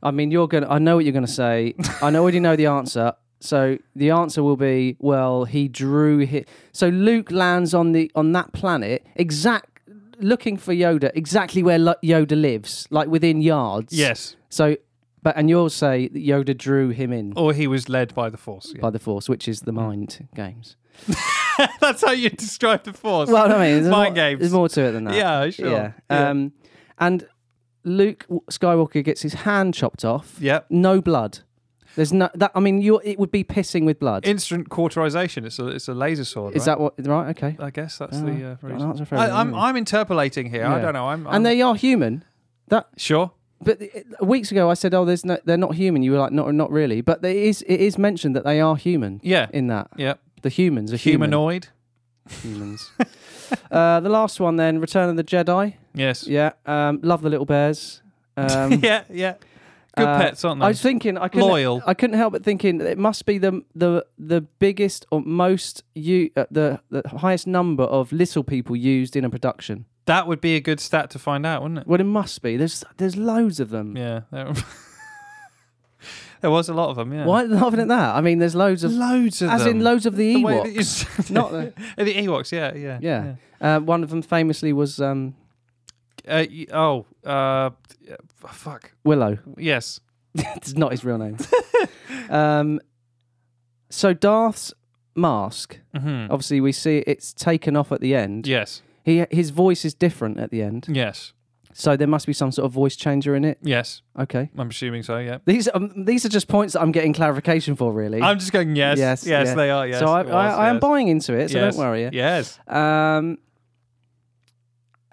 Speaker 2: I mean, you're gonna. I know what you're
Speaker 1: [laughs]
Speaker 2: gonna say. I already know the answer. So the answer will be, well, he drew his. So Luke lands on the on that planet exact, looking for Yoda, exactly where Lo- Yoda lives, like within yards.
Speaker 1: Yes.
Speaker 2: So, but and you'll say that Yoda drew him in
Speaker 1: Or he was led by the Force. yeah.
Speaker 2: by the Force, which is the mind games.
Speaker 1: [laughs] That's how you describe the Force.
Speaker 2: Well, I mean, there's,
Speaker 1: Mind
Speaker 2: more,
Speaker 1: games.
Speaker 2: there's more to it than
Speaker 1: [laughs]
Speaker 2: that.
Speaker 1: yeah, sure.
Speaker 2: Yeah.
Speaker 1: Yeah.
Speaker 2: Um, and Luke Skywalker gets his hand chopped off.
Speaker 1: Yep.
Speaker 2: No blood. There's no that. I mean, you it would be pissing with blood.
Speaker 1: Instant cauterization. It's a it's a laser sword.
Speaker 2: Is
Speaker 1: right?
Speaker 2: that what? Right. Okay.
Speaker 1: I guess that's
Speaker 2: Oh,
Speaker 1: the uh,
Speaker 2: got an
Speaker 1: reason.
Speaker 2: answer for
Speaker 1: I,
Speaker 2: everything,
Speaker 1: I'm
Speaker 2: haven't we?
Speaker 1: I'm interpolating here. I
Speaker 2: Yeah.
Speaker 1: don't know. I'm, I'm
Speaker 2: and they are human. That.
Speaker 1: sure.
Speaker 2: But the- weeks ago, I said, "Oh, there's no. They're not human." You were like, "Not, not really." But there is. It is mentioned that they are human.
Speaker 1: Yeah.
Speaker 2: In that,
Speaker 1: Yeah.
Speaker 2: the humans are human.
Speaker 1: Humanoid.
Speaker 2: Humans. [laughs] uh, the last one, then, Return of the Jedi.
Speaker 1: Yes.
Speaker 2: Yeah. Um, love the little bears. Um,
Speaker 1: [laughs] yeah, yeah. Good
Speaker 2: uh,
Speaker 1: pets, aren't they?
Speaker 2: I was thinking I couldn't,
Speaker 1: Loyal.
Speaker 2: I couldn't help but thinking it must be the the the biggest or most you uh, the the highest number of little people used in a production.
Speaker 1: that would be a good stat to find out, wouldn't it?
Speaker 2: Well, it must be. There's there's loads of them.
Speaker 1: Yeah. There, [laughs] there was a lot of them, yeah.
Speaker 2: Why are they laughing at that? I mean, there's loads of
Speaker 1: Loads of
Speaker 2: as
Speaker 1: them.
Speaker 2: in loads of the
Speaker 1: The way
Speaker 2: Ewoks.
Speaker 1: that you said it. [laughs]
Speaker 2: Not the-
Speaker 1: the Ewoks, yeah, yeah.
Speaker 2: yeah. Uh, one of them famously was
Speaker 1: yeah.
Speaker 2: um,
Speaker 1: Uh, y- oh, uh, yeah, f- fuck.
Speaker 2: Willow.
Speaker 1: Yes.
Speaker 2: it's not his real name. [laughs] um, so Darth's mask.
Speaker 1: Mm-hmm.
Speaker 2: Obviously, we see it's taken off at the end.
Speaker 1: Yes.
Speaker 2: He his voice is different at the end,
Speaker 1: Yes.
Speaker 2: so there must be some sort of voice changer in it.
Speaker 1: Yes.
Speaker 2: Okay.
Speaker 1: I'm assuming so, yeah.
Speaker 2: These um, these are just points that I'm getting clarification for, really.
Speaker 1: I'm just going, yes. Yes,
Speaker 2: Yes, yeah.
Speaker 1: they are. Yes.
Speaker 2: so I,
Speaker 1: it
Speaker 2: I,
Speaker 1: was,
Speaker 2: I am
Speaker 1: yes.
Speaker 2: buying into it. So
Speaker 1: yes.
Speaker 2: don't worry. Yeah.
Speaker 1: Yes.
Speaker 2: Um,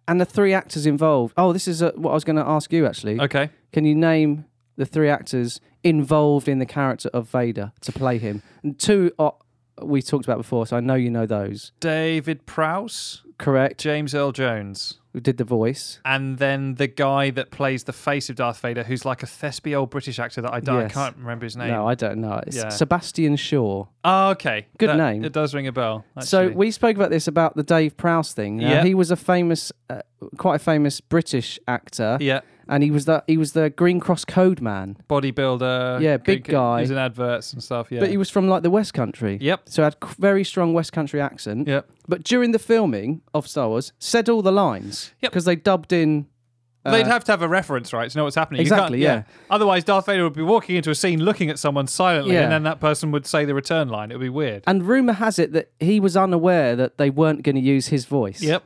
Speaker 2: and the three actors involved. Oh, this is uh what I was going to ask you actually.
Speaker 1: Okay.
Speaker 2: Can you name the three actors involved in the character of Vader to play him? And two are, we talked about before, so I know you know those.
Speaker 1: David Prowse,
Speaker 2: Correct.
Speaker 1: James Earl Jones,
Speaker 2: Who did the voice?
Speaker 1: and then the guy that plays the face of Darth Vader, who's like a thespy old British actor that I, don't, I
Speaker 2: Yes.
Speaker 1: can't remember his name.
Speaker 2: No, I don't know. It's
Speaker 1: Yeah.
Speaker 2: Sebastian Shaw.
Speaker 1: Oh, okay.
Speaker 2: Good
Speaker 1: That-
Speaker 2: name.
Speaker 1: It does ring a bell.
Speaker 2: So
Speaker 1: actually.
Speaker 2: we spoke about this about the Dave Prowse thing. Now,
Speaker 1: Yeah.
Speaker 2: He was a famous, uh, quite a famous British actor,
Speaker 1: yeah,
Speaker 2: and he was the he was the Green Cross Code man.
Speaker 1: bodybuilder.
Speaker 2: Yeah, big
Speaker 1: good-
Speaker 2: guy.
Speaker 1: He's in adverts and stuff. Yeah.
Speaker 2: But he was from like the West Country.
Speaker 1: Yep.
Speaker 2: So had c- very strong West Country accent.
Speaker 1: Yep.
Speaker 2: But during the filming of Star Wars, said all the lines
Speaker 1: Yep.
Speaker 2: because they dubbed in. uh,
Speaker 1: They'd have to have a reference, right, to know what's happening. You
Speaker 2: Exactly,
Speaker 1: can't-
Speaker 2: yeah.
Speaker 1: Otherwise, Darth Vader would be walking into a scene, looking at someone silently,
Speaker 2: Yeah.
Speaker 1: and then that person would say the return line. It would be weird.
Speaker 2: and rumor has it that he was unaware that they weren't going to use his
Speaker 1: [laughs]
Speaker 2: voice.
Speaker 1: Yep.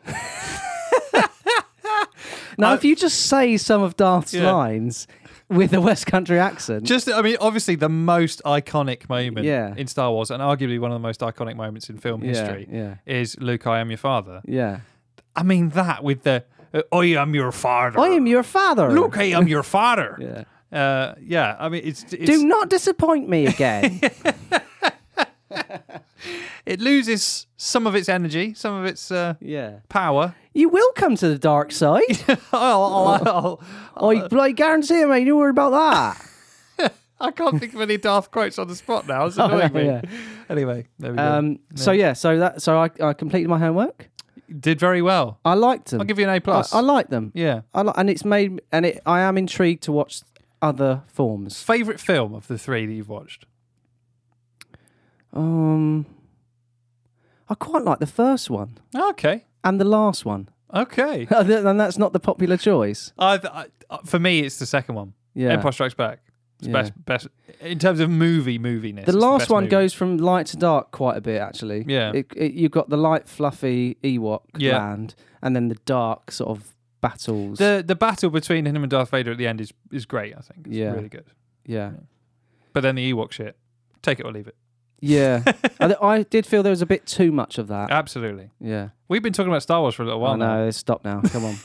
Speaker 2: Now,
Speaker 1: I-
Speaker 2: if you just say some of Darth's
Speaker 1: Yeah.
Speaker 2: lines with a West Country accent,
Speaker 1: Just, I mean, obviously the most iconic moment
Speaker 2: Yeah.
Speaker 1: in Star Wars, and arguably one of the most iconic moments in film history,
Speaker 2: yeah.
Speaker 1: is Luke, I am your father.
Speaker 2: yeah.
Speaker 1: I mean, that with the, uh, I am your father.
Speaker 2: I am your father.
Speaker 1: Luke, I am your father.
Speaker 2: [laughs] Yeah.
Speaker 1: Uh, yeah, I mean, it's, it's
Speaker 2: Do not disappoint me
Speaker 1: [laughs]
Speaker 2: again.
Speaker 1: it loses some of its energy, some of its uh,
Speaker 2: yeah. [laughs]
Speaker 1: power.
Speaker 2: You will come to the
Speaker 1: [laughs]
Speaker 2: dark side.
Speaker 1: I'll-
Speaker 2: oh,
Speaker 1: I'll- I'll-
Speaker 2: I, I guarantee you, mate. You worry about that.
Speaker 1: [laughs] I can't think of any Darth quotes on the spot now.
Speaker 2: [laughs]
Speaker 1: It's annoying me.
Speaker 2: Oh, yeah.
Speaker 1: Anyway, there we go.
Speaker 2: Um, So yeah, so that so I, I completed my homework.
Speaker 1: Did very well.
Speaker 2: I liked them.
Speaker 1: I'll give you an A plus.
Speaker 2: Hmm. I, I like them.
Speaker 1: yeah.
Speaker 2: I li- and it's made and it. I am intrigued to watch other forms.
Speaker 1: Favorite film of the three that you've watched?
Speaker 2: Um, I quite like the first one
Speaker 1: Okay.
Speaker 2: and the last one, [laughs]
Speaker 1: Okay.
Speaker 2: and that's not the popular choice.
Speaker 1: I, I, for me, it's the second one.
Speaker 2: Yeah.
Speaker 1: Empire Strikes Back. It's
Speaker 2: Yeah.
Speaker 1: best, best in terms of movie moviness. it's
Speaker 2: the last
Speaker 1: best
Speaker 2: one
Speaker 1: movie.
Speaker 2: goes from light to dark quite a bit, actually.
Speaker 1: Yeah.
Speaker 2: It, it, you've got the light, fluffy Ewok
Speaker 1: Yeah.
Speaker 2: land, and then the dark sort of battles.
Speaker 1: The the battle between him and Darth Vader at the end is is great. I think. It's
Speaker 2: Yeah.
Speaker 1: Really good.
Speaker 2: yeah.
Speaker 1: But then the Ewok shit. Take it or leave it. [laughs]
Speaker 2: Yeah. [laughs] I, I did feel there was a bit too much of that.
Speaker 1: Absolutely.
Speaker 2: Yeah.
Speaker 1: We've been talking about Star Wars for a little while
Speaker 2: oh,
Speaker 1: now.
Speaker 2: no, stop now.
Speaker 1: [laughs]
Speaker 2: Come on.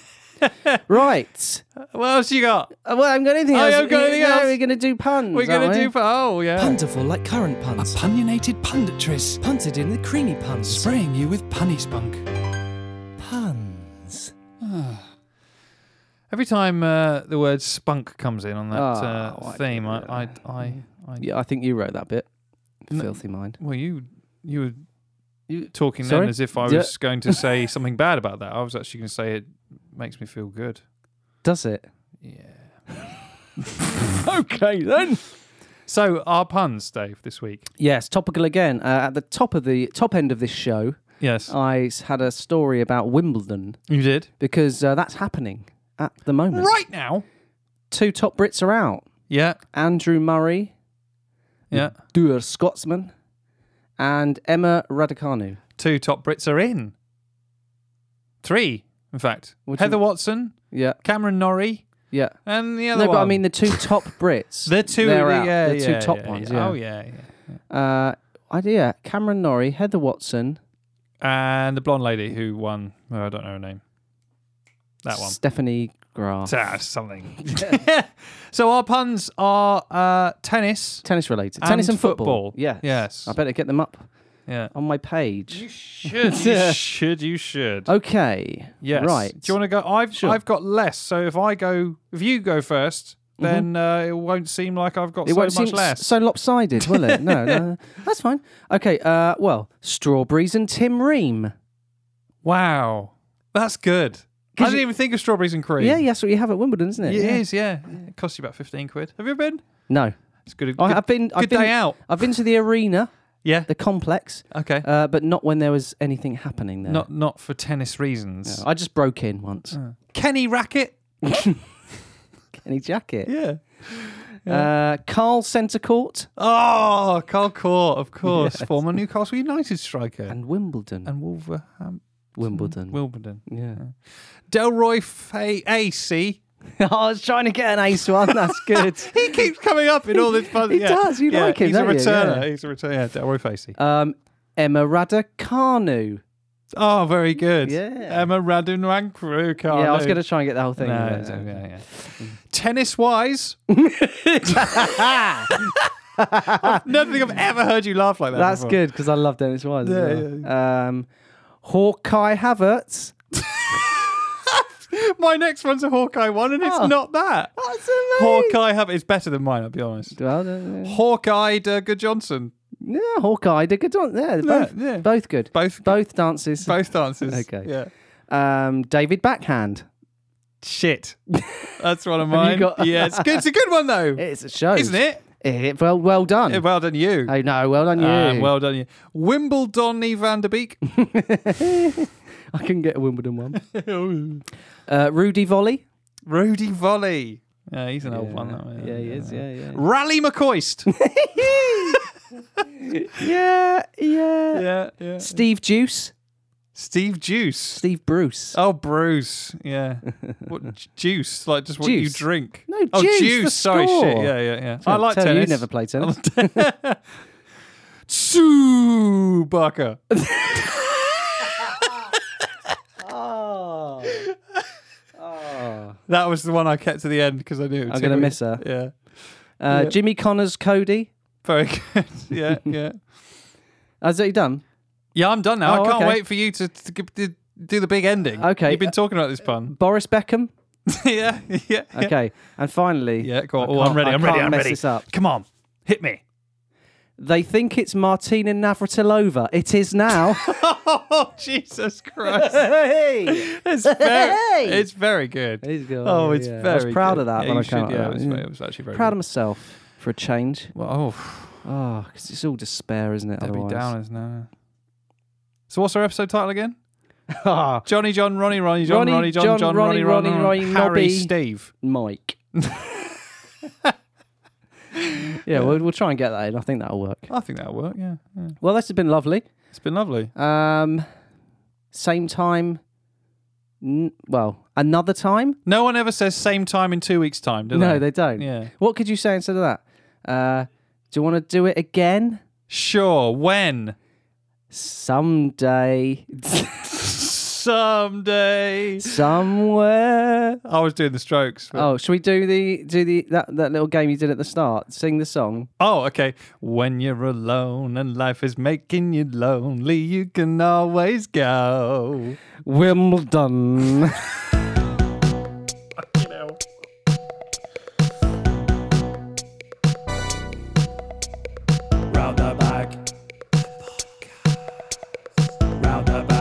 Speaker 2: right.
Speaker 1: What else you got?
Speaker 2: Uh, well, I'm going to
Speaker 1: Oh,
Speaker 2: else.
Speaker 1: you haven't got anything
Speaker 2: No,
Speaker 1: else?
Speaker 2: We're going to do puns.
Speaker 1: We're gonna
Speaker 2: aren't we?
Speaker 1: do. Oh yeah.
Speaker 3: Punterful like current puns. A punionated punditress. Punted in the creamy puns. Spraying you with punny spunk. Puns.
Speaker 1: Ah. Every time uh, the word spunk comes in on that
Speaker 2: Ah,
Speaker 1: uh,
Speaker 2: why
Speaker 1: theme,
Speaker 2: do
Speaker 1: I,
Speaker 2: that?
Speaker 1: I, I, I,
Speaker 2: Yeah, I think you wrote that bit.
Speaker 1: No.
Speaker 2: Filthy mind.
Speaker 1: well, you, you were
Speaker 2: You-
Speaker 1: talking then
Speaker 2: Sorry?
Speaker 1: as if I
Speaker 2: Yeah.
Speaker 1: was going to
Speaker 2: [laughs]
Speaker 1: say something bad about that. I was actually going to say it makes me feel good.
Speaker 2: Does it?
Speaker 1: [laughs] Yeah.
Speaker 2: okay then.
Speaker 1: So our puns, Dave, this week.
Speaker 2: Yes, topical again. Uh, at the top of the top end of this show,
Speaker 1: Yes,
Speaker 2: I s- had a story about Wimbledon
Speaker 1: you did
Speaker 2: because uh, that's happening at the moment.
Speaker 1: right now.
Speaker 2: Two top Brits are out:
Speaker 1: Yeah,
Speaker 2: Andrew Murray,
Speaker 1: yeah.
Speaker 2: Duer Scotsman, and Emma Raducanu.
Speaker 1: Two top Brits are in. Three, in fact.
Speaker 2: What do you-
Speaker 1: Heather Watson,
Speaker 2: Yeah,
Speaker 1: Cameron Norrie,
Speaker 2: yeah.
Speaker 1: and the other
Speaker 2: No,
Speaker 1: one.
Speaker 2: but I mean the two
Speaker 1: [laughs]
Speaker 2: top Brits.
Speaker 1: the two,
Speaker 2: they're
Speaker 1: the,
Speaker 2: out.
Speaker 1: yeah,
Speaker 2: the two
Speaker 1: yeah,
Speaker 2: top
Speaker 1: yeah,
Speaker 2: ones. Yeah.
Speaker 1: Oh yeah, yeah.
Speaker 2: Uh, I- yeah, Cameron Norrie, Heather Watson,
Speaker 1: and the blonde lady who won. Oh, I don't know her name. That one.
Speaker 2: Stephanie Graf.
Speaker 1: Ah,
Speaker 2: [laughs]
Speaker 1: something. so our puns are uh, tennis,
Speaker 2: tennis related. Tennis and football. Yeah.
Speaker 1: Yes.
Speaker 2: I better get them up
Speaker 1: Yeah.
Speaker 2: on my page.
Speaker 1: You should.
Speaker 2: [laughs]
Speaker 1: You should. You should.
Speaker 2: Okay.
Speaker 1: yes.
Speaker 2: Oh, Right.
Speaker 1: Do you want to go? I've
Speaker 2: Sure.
Speaker 1: I've got less. So if I go, if you go first, then uh, it won't seem like I've got
Speaker 2: Mm-hmm. it
Speaker 1: so
Speaker 2: won't
Speaker 1: much
Speaker 2: seem
Speaker 1: less.
Speaker 2: s- so lopsided, will it? No,
Speaker 1: [laughs]
Speaker 2: no, no. That's fine. Okay. Uh, well, strawberries and Tim Ream.
Speaker 1: wow. That's good. I
Speaker 2: 'Cause
Speaker 1: didn't
Speaker 2: you-
Speaker 1: even think of strawberries and cream.
Speaker 2: Yeah, yeah, that's what you have at Wimbledon, isn't it?
Speaker 1: It is, yeah. It costs you about fifteen quid. Have you been?
Speaker 2: No,
Speaker 1: It's good. good
Speaker 2: I, I've been. I've
Speaker 1: good
Speaker 2: been,
Speaker 1: day out.
Speaker 2: I've been to the arena,
Speaker 1: Yeah.
Speaker 2: the complex,
Speaker 1: Okay.
Speaker 2: uh, but not when there was anything happening there.
Speaker 1: Not not for tennis reasons.
Speaker 2: No, I just broke in once.
Speaker 1: Kenny racket.
Speaker 2: Any jacket?
Speaker 1: Yeah.
Speaker 2: Uh, Carl Centrecourt
Speaker 1: Oh, Carl Court, of course, former Newcastle United striker and,
Speaker 2: and Wimbledon.
Speaker 1: Wolverhampton.
Speaker 2: Wimbledon.
Speaker 1: Wimbledon.
Speaker 2: yeah.
Speaker 1: Delroy Fay AC.
Speaker 2: [laughs] Oh, I was trying to get an ace one.
Speaker 1: [laughs]
Speaker 2: That's good.
Speaker 1: He keeps coming up in all this fun.
Speaker 2: He
Speaker 1: yeah.
Speaker 2: does, you
Speaker 1: yeah,
Speaker 2: like him,
Speaker 1: He's a
Speaker 2: don't you?
Speaker 1: returner.
Speaker 2: Yeah.
Speaker 1: He's a returner. Yeah, Delroy Facey.
Speaker 2: Um, Emma Raducanu.
Speaker 1: Oh, very good.
Speaker 2: Yeah.
Speaker 1: Emma Radunankru.
Speaker 2: yeah, I was going to try and get the whole thing.
Speaker 1: Oh, No,
Speaker 2: in
Speaker 1: no,
Speaker 2: there.
Speaker 1: yeah, yeah. Tennis [laughs]
Speaker 2: [laughs]
Speaker 1: wise, don't think I've ever heard you laugh like that.
Speaker 2: That's
Speaker 1: before.
Speaker 2: good because I love Dennis Wise.
Speaker 1: Yeah,
Speaker 2: as well. Um, Hawkeye Havertz.
Speaker 1: [laughs] My next one's a Hawkeye one, and it's
Speaker 2: Oh.
Speaker 1: not that.
Speaker 2: That's
Speaker 1: Hawkeye have it's better than mine. I'll be honest.
Speaker 2: Well, uh,
Speaker 1: Hawkeye Durga Johnson,
Speaker 2: yeah, Hawkeye. They're good. on- Yeah, both,
Speaker 1: yeah.
Speaker 2: both good.
Speaker 1: both
Speaker 2: Both dances.
Speaker 1: both dances.
Speaker 2: [laughs] Okay.
Speaker 1: Yeah.
Speaker 2: Um, David Backhand. [laughs]
Speaker 1: Shit. That's one of
Speaker 2: Have
Speaker 1: mine.
Speaker 2: you got-
Speaker 1: yeah, it's good. It's a good one
Speaker 2: [laughs]
Speaker 1: though,
Speaker 2: It's a show,
Speaker 1: isn't it?
Speaker 2: Eh, well, well done.
Speaker 1: Yeah, Well done, you.
Speaker 2: oh no, well done you.
Speaker 1: Um, well done, you. Wimbledon van der Beek.
Speaker 2: [laughs] I couldn't get a Wimbledon one. Uh, Rudy Volley.
Speaker 1: Rudy Volley. Yeah, he's an old one. That
Speaker 2: Yeah,
Speaker 1: one.
Speaker 2: he is. Yeah, yeah.
Speaker 1: Rally McCoist.
Speaker 2: yeah, [laughs] yeah.
Speaker 1: yeah, yeah.
Speaker 2: Steve Juice.
Speaker 1: Steve Juice.
Speaker 2: Steve Bruce.
Speaker 1: Oh, Bruce.
Speaker 2: [laughs]
Speaker 1: Yeah. what ju- juice? Like just what you
Speaker 2: Juice.
Speaker 1: drink?
Speaker 2: No,
Speaker 1: Oh,
Speaker 2: juice,
Speaker 1: juice.
Speaker 2: the
Speaker 1: Sorry, shit.
Speaker 2: score.
Speaker 1: Yeah, yeah, yeah. I
Speaker 2: Can't
Speaker 1: like
Speaker 2: tell
Speaker 1: tennis.
Speaker 2: You never
Speaker 1: [laughs]
Speaker 2: played tennis.
Speaker 1: Chewbacca.
Speaker 2: oh. Oh.
Speaker 1: That was the one I kept to the end because I knew. It
Speaker 2: I'm gonna miss her.
Speaker 1: Yeah.
Speaker 2: Uh,
Speaker 1: Yeah.
Speaker 2: Jimmy Connors, Cody.
Speaker 1: Very good. [laughs]
Speaker 2: [laughs]
Speaker 1: Yeah, yeah.
Speaker 2: Has he done?
Speaker 1: Yeah, I'm done now.
Speaker 2: Oh,
Speaker 1: I can't
Speaker 2: okay.
Speaker 1: wait for you to, to, g- to do the big ending.
Speaker 2: Okay.
Speaker 1: You've been talking about this pun. [laughs]
Speaker 2: Boris Beckham.
Speaker 1: yeah, yeah. yeah.
Speaker 2: Okay, and finally,
Speaker 1: Yeah, go on.
Speaker 2: I
Speaker 1: Oh, I'm
Speaker 2: can't-
Speaker 1: ready.
Speaker 2: I
Speaker 1: I'm ready.
Speaker 2: can't
Speaker 1: I'm
Speaker 2: mess
Speaker 1: ready.
Speaker 2: this up.
Speaker 1: Come on. Hit
Speaker 2: [laughs]
Speaker 1: me.
Speaker 2: they think it's Martina Navratilova. It
Speaker 1: [laughs]
Speaker 2: is now.
Speaker 1: Oh, Jesus Christ.
Speaker 2: [laughs] hey,
Speaker 1: It's very,
Speaker 2: Hey!
Speaker 1: it's very good.
Speaker 2: He's good,
Speaker 1: Oh, it's
Speaker 2: yeah. I
Speaker 1: very.
Speaker 2: was proud
Speaker 1: good.
Speaker 2: of that
Speaker 1: Yeah,
Speaker 2: when
Speaker 1: you
Speaker 2: I came
Speaker 1: should-
Speaker 2: up with
Speaker 1: Yeah,
Speaker 2: that,
Speaker 1: it was,
Speaker 2: yeah.
Speaker 1: it was actually very
Speaker 2: proud of
Speaker 1: good.
Speaker 2: myself for a change.
Speaker 1: Well, oh,
Speaker 2: Oh, because it's all despair, isn't it?
Speaker 1: Debbie
Speaker 2: otherwise?
Speaker 1: Downers now. So what's our episode title again?
Speaker 2: [laughs] Ah,
Speaker 1: Johnny John Ronnie Ronnie John
Speaker 2: Ronnie,
Speaker 1: Ronnie, John,
Speaker 2: John,
Speaker 1: John
Speaker 2: Ronnie,
Speaker 1: Ronnie Ronnie,
Speaker 2: Ronnie, Ronnie,
Speaker 1: Harry
Speaker 2: Nobby.
Speaker 1: Steve. [laughs]
Speaker 2: Mike. yeah, we'll, we'll try and get that in. I think that'll work.
Speaker 1: I think that'll work. Yeah, yeah.
Speaker 2: Well, this has been lovely.
Speaker 1: it's been lovely.
Speaker 2: Um, same time. N- well, another time?
Speaker 1: No one ever says same time in two weeks' time, do
Speaker 2: No,
Speaker 1: they?
Speaker 2: they don't.
Speaker 1: Yeah.
Speaker 2: What could you say instead of that? Uh, do you want to do it again
Speaker 1: Sure. When? [laughs]
Speaker 2: someday,
Speaker 1: Someday.
Speaker 2: somewhere?
Speaker 1: I was doing the strokes. but-
Speaker 2: Oh, should we do the do the that, that little game you did at the start? Sing the song.
Speaker 1: Oh, okay. When you're alone and life is making you lonely, you can always go.
Speaker 2: Wimbledon.
Speaker 3: Round the back. Round the back.